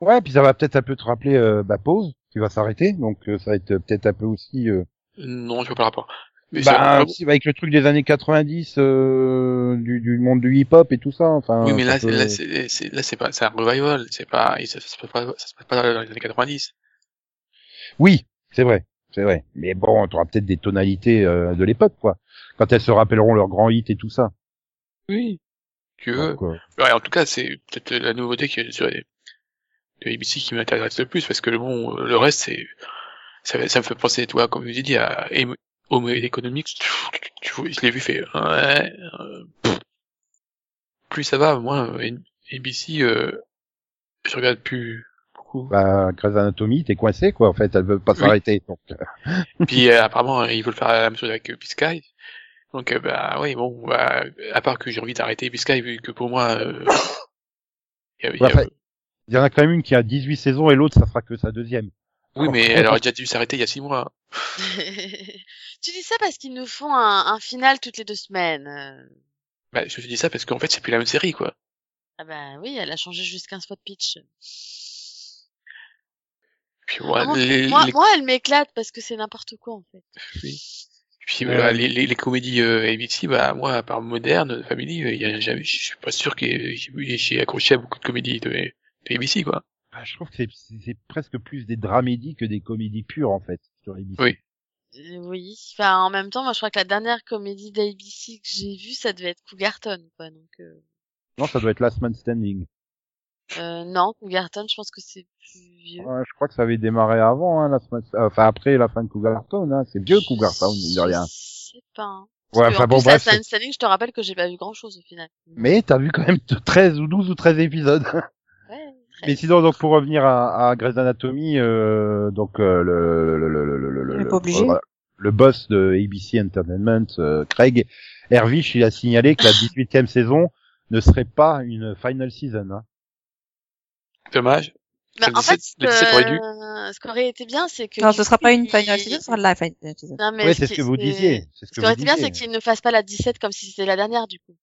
Speaker 1: Ouais, puis ça va peut-être un peu te rappeler euh, bah, pause qui va s'arrêter, donc euh, ça va être euh, peut-être un peu aussi. euh,
Speaker 5: Non, je vois pas le rapport. Mais
Speaker 1: bah,
Speaker 5: ça-
Speaker 1: aussi, avec le truc des années 90 euh, du, du monde du hip-hop et tout ça. Enfin.
Speaker 5: oui, mais
Speaker 1: Ah, ça
Speaker 5: là,
Speaker 1: peut-
Speaker 5: là, c'est, c'est- là, c'est pas, c'est un revival, c'est pas, et ça, ça se passe pas, ça se passe pas dans les années 90.
Speaker 1: Oui, c'est vrai, c'est vrai. Mais bon, tu auras peut-être des tonalités euh, de l'époque, quoi. Quand elles se rappelleront leurs grands hits et tout ça.
Speaker 5: Oui. Tu veux.
Speaker 1: Donc, euh,
Speaker 5: Ouais, en tout cas, c'est peut-être la nouveauté qui, sur les- de ABC qui m'intéresse le plus, parce que bon, euh, le reste, c'est, ça, ça me fait penser, toi, comme vous dit, à Em- Homo Economics, tu, tu- tu- je l'ai vu fait, ouais, euh, pff. plus ça va, moins euh, N- NBC, euh, je regarde plus beaucoup.
Speaker 1: Bah, Grey's Anatomy, t'es coincé, quoi, en fait, elle veut pas
Speaker 5: Oui.
Speaker 1: s'arrêter. Donc, euh,
Speaker 5: Puis euh, apparemment, euh, ils veulent faire la même chose avec euh, Biscay. Donc euh, bah oui, bon, bah, à part que j'ai envie d'arrêter Biscay, vu que pour moi, euh, [coughs] y a- y a-
Speaker 1: Ouais, enfin, il y en a quand même une qui a 18 saisons et l'autre, ça sera que sa deuxième.
Speaker 5: oui, mais elle aurait déjà dû s'arrêter il y a six mois.
Speaker 4: [laughs] tu dis ça parce qu'ils nous font un, un final toutes les deux semaines. Euh,
Speaker 5: Bah, je te dis ça parce qu'en fait, c'est plus la même série, quoi.
Speaker 4: Ah bah oui, elle a changé juste 15 fois de pitch.
Speaker 5: Puis ouais,
Speaker 4: Ah,
Speaker 5: les,
Speaker 4: Moi,
Speaker 5: les-
Speaker 4: moi elle m'éclate parce que c'est n'importe quoi en fait.
Speaker 1: Ouais.
Speaker 5: puis, voilà, les, les, les comédies euh, ABC, bah moi, à part moderne, Family, euh, y a jamais, je suis pas sûr que j'ai j'ai accroché à beaucoup de comédies de, de ABC, quoi.
Speaker 1: Bah, je trouve que c'est- c'est c'est presque plus des dramédies que des comédies pures, en fait, sur ABC.
Speaker 5: Oui.
Speaker 4: Euh, Oui, enfin en même temps, moi je crois que la dernière comédie d'ABC que j'ai vue, ça devait être Cougarton quoi. Donc euh,
Speaker 1: Non, ça doit être Last Man Standing.
Speaker 4: euh, non, Cougarton, je pense que c'est plus vieux.
Speaker 1: Ouais, je crois que ça avait démarré avant, hein, Last Man... euh, enfin, après la fin de Cougartown, hein. C'est vieux Cougartown, il de rien.
Speaker 4: Je sais pas. hein.
Speaker 1: Ouais,
Speaker 4: Parce que,
Speaker 1: enfin,
Speaker 4: en
Speaker 1: bon,
Speaker 4: plus,
Speaker 1: bref.
Speaker 4: Last Man
Speaker 1: c'est-
Speaker 4: Standing, je te rappelle que j'ai pas vu grand chose au final.
Speaker 1: Mais t'as vu quand même 13 ou 12 ou 13 épisodes.
Speaker 4: Ouais, très
Speaker 1: Mais sinon, donc pour revenir à, à Grey's Anatomy, euh, donc euh, le le le le le le,
Speaker 2: On est pas obligé.
Speaker 1: voilà, le boss de ABC Entertainment, euh, Craig Hervish, il a signalé que la 18e saison ne serait pas une final season. hein.
Speaker 5: Dommage.
Speaker 4: Bah,
Speaker 5: Le
Speaker 4: en fait,
Speaker 5: 17 le 17 aurait dû.
Speaker 4: euh, ce qui aurait été bien, c'est que.
Speaker 2: Non, ce sera pas une final
Speaker 4: il-
Speaker 2: season, ce sera la final season.
Speaker 4: Non, mais
Speaker 1: Ouais, c'est ce que vous disiez. C'est ce
Speaker 4: Ce
Speaker 1: que
Speaker 4: qui aurait
Speaker 1: vous
Speaker 4: été bien,
Speaker 1: disiez.
Speaker 4: c'est qu'il ne fasse pas la 17 comme si c'était la dernière, du coup.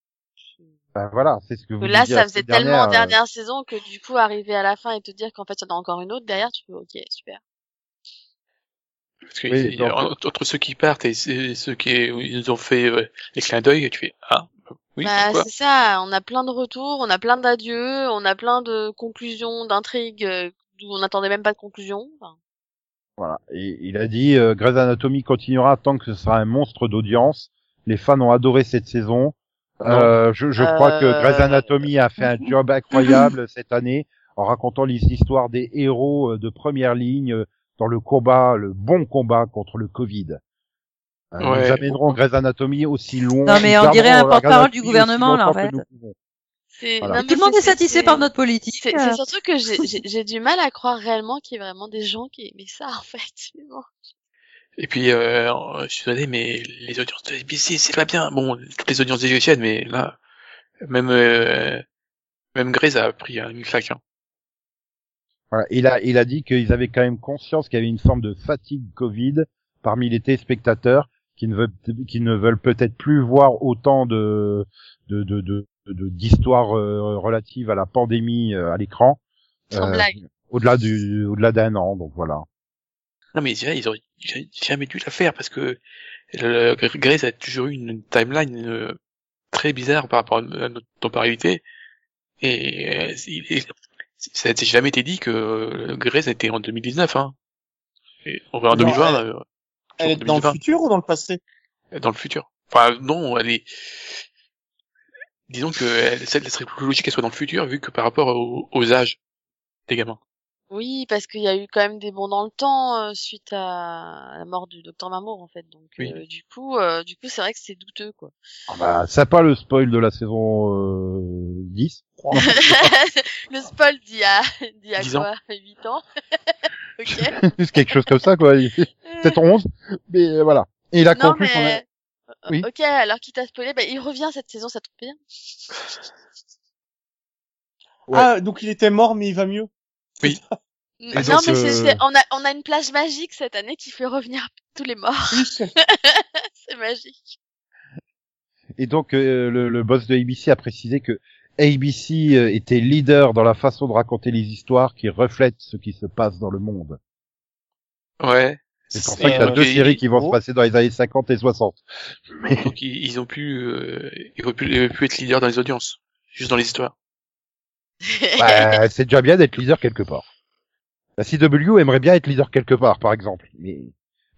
Speaker 1: Enfin, voilà, c'est ce que vous
Speaker 4: Que là,
Speaker 1: disiez la
Speaker 4: ça faisait
Speaker 1: semaine
Speaker 4: tellement
Speaker 1: euh,
Speaker 4: dernière saison que du coup, arriver à la fin et te dire qu'en fait, il y en a encore une autre derrière, tu peux, ok, super.
Speaker 5: Parce que
Speaker 1: Oui,
Speaker 5: il-
Speaker 1: donc-
Speaker 5: en- entre ceux qui partent et ceux ceux qui ils nous ont fait euh, les clins d'œil, tu fais ah oui
Speaker 4: bah,
Speaker 5: pourquoi
Speaker 4: c'est ça, on a plein de retours, on a plein d'adieux, on a plein de conclusions, d'intrigues euh, d'où on n'attendait même pas de conclusion. Enfin,
Speaker 1: Voilà. Et il a dit euh, Grey's Anatomy continuera tant que ce sera un monstre d'audience. Les fans ont adoré cette saison. Euh, je je crois que
Speaker 4: Euh,
Speaker 1: Grey's Anatomy a fait un job incroyable cette année en racontant les histoires des héros euh, de première ligne euh, dans le combat, le bon combat contre le Covid. Euh,
Speaker 5: Ouais.
Speaker 1: Nous amènerons Grey's Anatomy aussi loin.
Speaker 2: Non, mais on
Speaker 1: nous
Speaker 2: dirait un
Speaker 1: amènerons la Grey's
Speaker 2: porte-parole du
Speaker 1: Anatomy
Speaker 2: gouvernement,
Speaker 1: aussi
Speaker 2: là, en
Speaker 1: longtemps que
Speaker 2: fait.
Speaker 1: nous pouvons.
Speaker 4: c'est-
Speaker 1: Voilà.
Speaker 4: non,
Speaker 2: Tout
Speaker 4: mais
Speaker 2: le monde
Speaker 4: c'est-
Speaker 2: est satisfait
Speaker 4: c'est-
Speaker 2: par notre politique.
Speaker 4: C'est
Speaker 2: euh.
Speaker 4: c'est surtout que j'ai- j'ai j'ai du mal à croire réellement qu'il y ait vraiment des gens qui aimaient ça, [laughs] en fait. Mais bon.
Speaker 5: Et puis euh, je suis désolé mais les audiences de ABC c'est pas bien. Bon toutes les audiences des chaînes mais là même euh, même Grey's a pris hein, une claque. hein.
Speaker 1: Voilà. Il a, il a dit qu'ils avaient quand même conscience qu'il y avait une forme de fatigue Covid parmi les téléspectateurs qui ne veulent, qui ne veulent peut-être plus voir autant de, de, de, de, de- d'histoires euh, relatives à la pandémie euh, à l'écran.
Speaker 4: Sans
Speaker 1: euh,
Speaker 4: blague.
Speaker 1: Au-delà du, au-delà d'un an, donc voilà.
Speaker 5: Non mais déjà ils auraient ja- jamais dû la faire parce que le- le- Grey's a toujours eu une timeline euh, très bizarre par rapport à notre temporalité et euh, il- il- ça n'a jamais été dit que euh, Grey's était en 2019 hein. Et on va en
Speaker 3: Non,
Speaker 5: 2020 là,
Speaker 3: Elle est
Speaker 5: toujours en
Speaker 3: dans le
Speaker 5: 2020.
Speaker 3: futur ou dans le passé
Speaker 5: dans le futur. Enfin, non, elle est... Disons que elle, ça- ça serait plus logique qu'elle soit dans le futur, vu que par rapport au- aux âges des gamins.
Speaker 4: Oui, parce qu'il y a eu quand même des bons dans le temps euh, suite à la mort du docteur Mamour en fait. Donc
Speaker 5: Oui.
Speaker 4: euh, du coup, euh, du coup, c'est vrai que c'est douteux [laughs] quoi.
Speaker 1: Ah bah, sympa le spoil de la saison euh, 10. je crois.
Speaker 4: Le spoil d'il y a, [laughs] d'il y a
Speaker 5: Dix ans.
Speaker 4: quoi, [laughs] 8 ans. ok.
Speaker 1: [laughs] C'est quelque chose comme ça, quoi. [laughs] Peut-être 11, mais euh, voilà. Et il a
Speaker 4: non
Speaker 1: conclu qu'on a-
Speaker 4: mais, euh,
Speaker 1: Oui.
Speaker 4: ok. Alors qu'il t'a spoilé, bah, il revient cette saison, ça tombe bien.
Speaker 1: Ouais.
Speaker 3: Ah, donc il était mort, mais il va mieux.
Speaker 4: N-
Speaker 5: Ah,
Speaker 4: non
Speaker 5: donc,
Speaker 4: mais c'est-
Speaker 5: euh,
Speaker 4: c'est- on a, on a une plage magique cette année qui fait revenir [laughs] tous les morts. c'est magique.
Speaker 1: Et donc euh, le, le boss de ABC a précisé que ABC euh, était leader dans la façon de raconter les histoires qui reflètent ce qui se passe dans le monde.
Speaker 5: Ouais.
Speaker 1: C'est pour
Speaker 5: Et
Speaker 1: ça qu'il y a
Speaker 5: donc,
Speaker 1: deux
Speaker 5: ils-
Speaker 1: séries qui vont
Speaker 3: oh.
Speaker 1: se passer dans les années 50 et 60.
Speaker 5: donc, ils, ils ont pu, euh, ils ont pu, ils ont pu être leaders dans les audiences, juste dans les histoires.
Speaker 1: Bah, c'est déjà bien d'être leader quelque part. La CW aimerait bien être leader quelque part, par exemple. Mais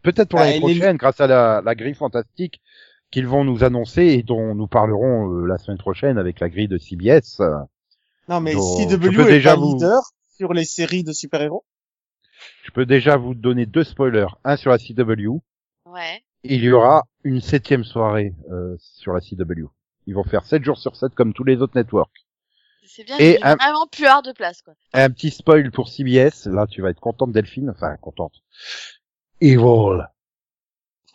Speaker 1: peut-être pour
Speaker 3: Ah,
Speaker 1: l'année
Speaker 3: elle est-
Speaker 1: prochaine, grâce à la, la grille fantastique qu'ils vont nous annoncer et dont nous parlerons euh, la semaine prochaine avec la grille de CBS. euh,
Speaker 3: Non, mais
Speaker 1: Donc,
Speaker 3: CW
Speaker 1: je peux
Speaker 3: est
Speaker 1: déjà
Speaker 3: pas
Speaker 1: vous-
Speaker 3: leader sur les séries de super-héros.
Speaker 1: Je peux déjà vous donner deux spoilers. Un sur la CW.
Speaker 4: Ouais.
Speaker 1: Il y aura une septième soirée euh, sur la CW. Ils vont faire 7 jours sur 7 comme tous les autres networks.
Speaker 4: C'est bien
Speaker 1: Et
Speaker 4: qu'il y ait
Speaker 1: un-
Speaker 4: vraiment plus hard de place, quoi.
Speaker 1: Un petit spoil pour CBS, là tu vas être contente Delphine, enfin contente. Evil.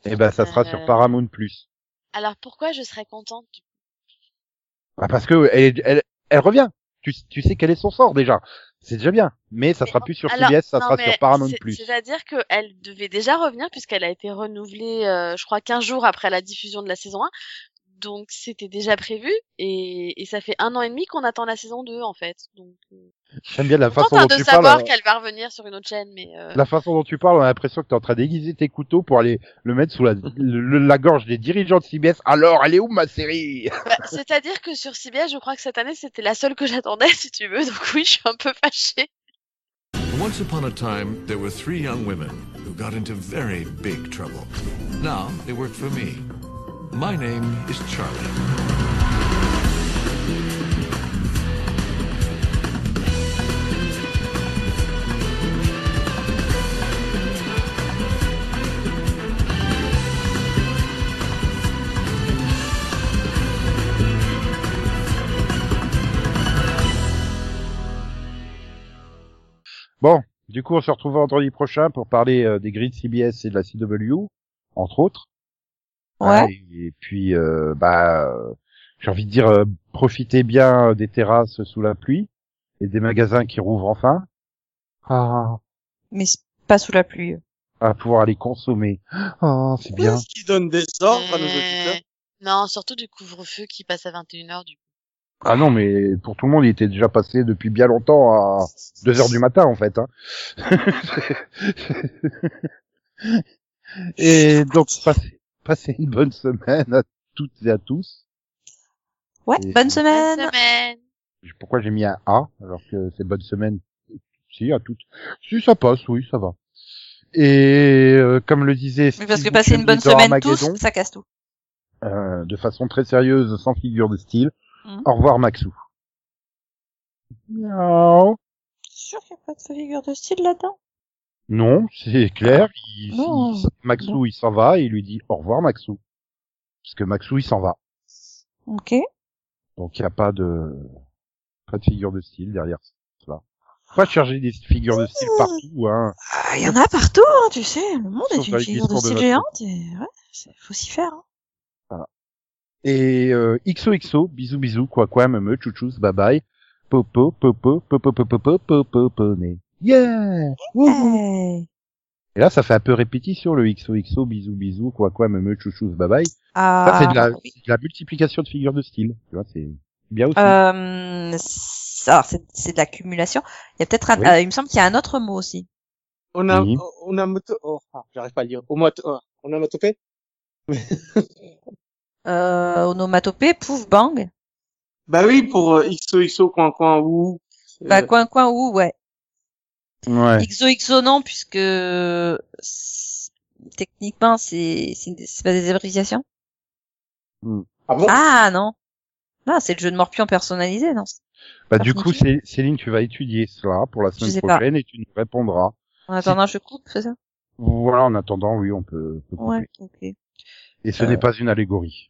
Speaker 1: Et ben ça sera sur
Speaker 4: Euh.
Speaker 1: Paramount+. Plus.
Speaker 4: Alors pourquoi je serais contente du-
Speaker 1: Bah, parce que elle, est- elle, elle revient. Tu, tu sais quel est son sort déjà. C'est déjà bien. Mais ça
Speaker 4: Mais
Speaker 1: sera plus sur
Speaker 4: alors,
Speaker 1: CBS, ça
Speaker 4: non,
Speaker 1: sera
Speaker 4: mais
Speaker 1: sur Paramount+.
Speaker 4: c'est-
Speaker 1: Plus.
Speaker 4: C'est-à-dire qu'elle devait déjà revenir puisqu'elle a été renouvelée, euh, je crois, 15 jours après la diffusion de la saison 1. Donc c'était déjà prévu et, et ça fait un an et demi qu'on attend la saison 2 en fait. Donc euh,
Speaker 1: J'aime bien la façon
Speaker 4: contente
Speaker 1: dont
Speaker 4: hein, de
Speaker 1: tu parles. euh,
Speaker 4: savoir qu'elle va revenir sur une autre chaîne, mais euh,
Speaker 1: La façon dont tu parles, on a l'impression que t'es en train d'aiguiser tes couteaux pour aller le mettre sous la, le- la gorge des dirigeants de CBS. Alors, elle est où ma série
Speaker 4: bah, c'est-à-dire que sur CBS, je crois que cette année c'était la seule que j'attendais [laughs] si tu veux. Donc oui, je suis un peu fâchée.
Speaker 8: Once upon a time, there were three young women who got into very big trouble. Now they work for me. My name is Charlie.
Speaker 1: Du coup, on se retrouve vendredi prochain pour parler euh, des grilles de CBS et de la CW, entre autres. Hein, et, et puis, euh, bah, euh, j'ai envie de dire, euh, profitez bien euh, des terrasses sous la pluie et des magasins qui rouvrent enfin. Ah,
Speaker 2: mais c'est pas sous la pluie.
Speaker 1: à pouvoir aller consommer. Ah, c'est bien.
Speaker 3: Qu'est-ce qui donne des ordres à nos auditeurs
Speaker 4: Euh, Non, surtout du couvre-feu qui passe à 21h du coup.
Speaker 1: Ah non, mais pour tout le monde, il était déjà passé depuis bien longtemps à 2 heures du matin, en fait. Hein. [laughs] et donc, passez, passez une bonne semaine à toutes et à tous.
Speaker 2: Ouais,
Speaker 1: Et-
Speaker 2: bonne
Speaker 4: Bonne
Speaker 2: semaine.
Speaker 4: semaine.
Speaker 1: Pourquoi j'ai mis un A, alors que c'est bonne semaine Si, à toutes. Si, ça passe, oui, ça va. Et euh, comme le disait
Speaker 2: Oui, parce que
Speaker 1: Steve
Speaker 2: passer
Speaker 1: Buscemi
Speaker 2: une bonne
Speaker 1: dans
Speaker 2: semaine tous,
Speaker 1: Armageddon,
Speaker 2: ça casse tout.
Speaker 1: euh, de façon très sérieuse, sans figure de style,
Speaker 2: Mhm.
Speaker 1: au revoir Maxou. Miaou.
Speaker 2: sûr qu'il n'y a pas de figure de style là-dedans.
Speaker 1: Non, c'est clair. Il,
Speaker 2: Non.
Speaker 1: il- Maxou, il s'en va et il lui dit au revoir, Maxou. Parce que Maxou, il s'en va.
Speaker 2: Ok.
Speaker 1: Donc il n'y a pas de pas de figure de style derrière cela. Pas chercher des figures de style
Speaker 2: Ah.
Speaker 1: partout, hein.
Speaker 2: Il y en a partout, hein, tu sais. Le monde
Speaker 1: Sauf
Speaker 2: est une
Speaker 1: avec
Speaker 2: figure de
Speaker 1: l'histoire de
Speaker 2: style
Speaker 1: notre-
Speaker 2: géante. Et ouais, c'est- faut s'y faire. hein.
Speaker 1: Et euh, XOXO, bisous bisous, quoi quoi, me me, chouchous, bye bye, popo, popo, popo, popo, popo, poponé. Yeah! Wouhou
Speaker 2: Hey.
Speaker 1: Et là, ça fait un peu répétition, le XOXO, bisous bisous, quoi quoi, me me, chouchous, bye bye. Ça,
Speaker 2: Ah,
Speaker 1: c'est de la,
Speaker 2: oui.
Speaker 1: c'est de la multiplication de figures de style. Tu vois, c'est bien aussi.
Speaker 2: Euh, c'est- alors, c'est c'est de l'accumulation. Il y a peut-être un,
Speaker 1: Oui.
Speaker 2: euh, il me semble qu'il y a un autre mot aussi.
Speaker 3: On a,
Speaker 1: Oui.
Speaker 3: on a moto, oh, ah, j'arrive pas à le dire. Omoto- oh, on a motopé?
Speaker 2: Euh, onomatopée, pouf, bang.
Speaker 1: Euh,
Speaker 3: Bah oui, pour euh, XOXO, coin, coin, ou.
Speaker 2: Bah, coin, coin, ou, ouais.
Speaker 1: Ouais.
Speaker 2: XOXO non, puisque c'est- techniquement c'est c'est une- c'est pas des abréviations.
Speaker 1: Hmm.
Speaker 3: Ah bon?
Speaker 2: Ah non, non c'est le jeu de morpion personnalisé non.
Speaker 1: Bah, du
Speaker 2: Par
Speaker 1: coup,
Speaker 2: contre-
Speaker 1: Cé- Céline, tu vas étudier cela pour la
Speaker 2: sais
Speaker 1: semaine
Speaker 2: pas.
Speaker 1: prochaine et tu nous répondras.
Speaker 2: En attendant je coupe c'est ça.
Speaker 1: Voilà, en attendant, oui, on peut. on peut couper.
Speaker 2: Ouais. Ok.
Speaker 1: Et ce n'est pas une allégorie.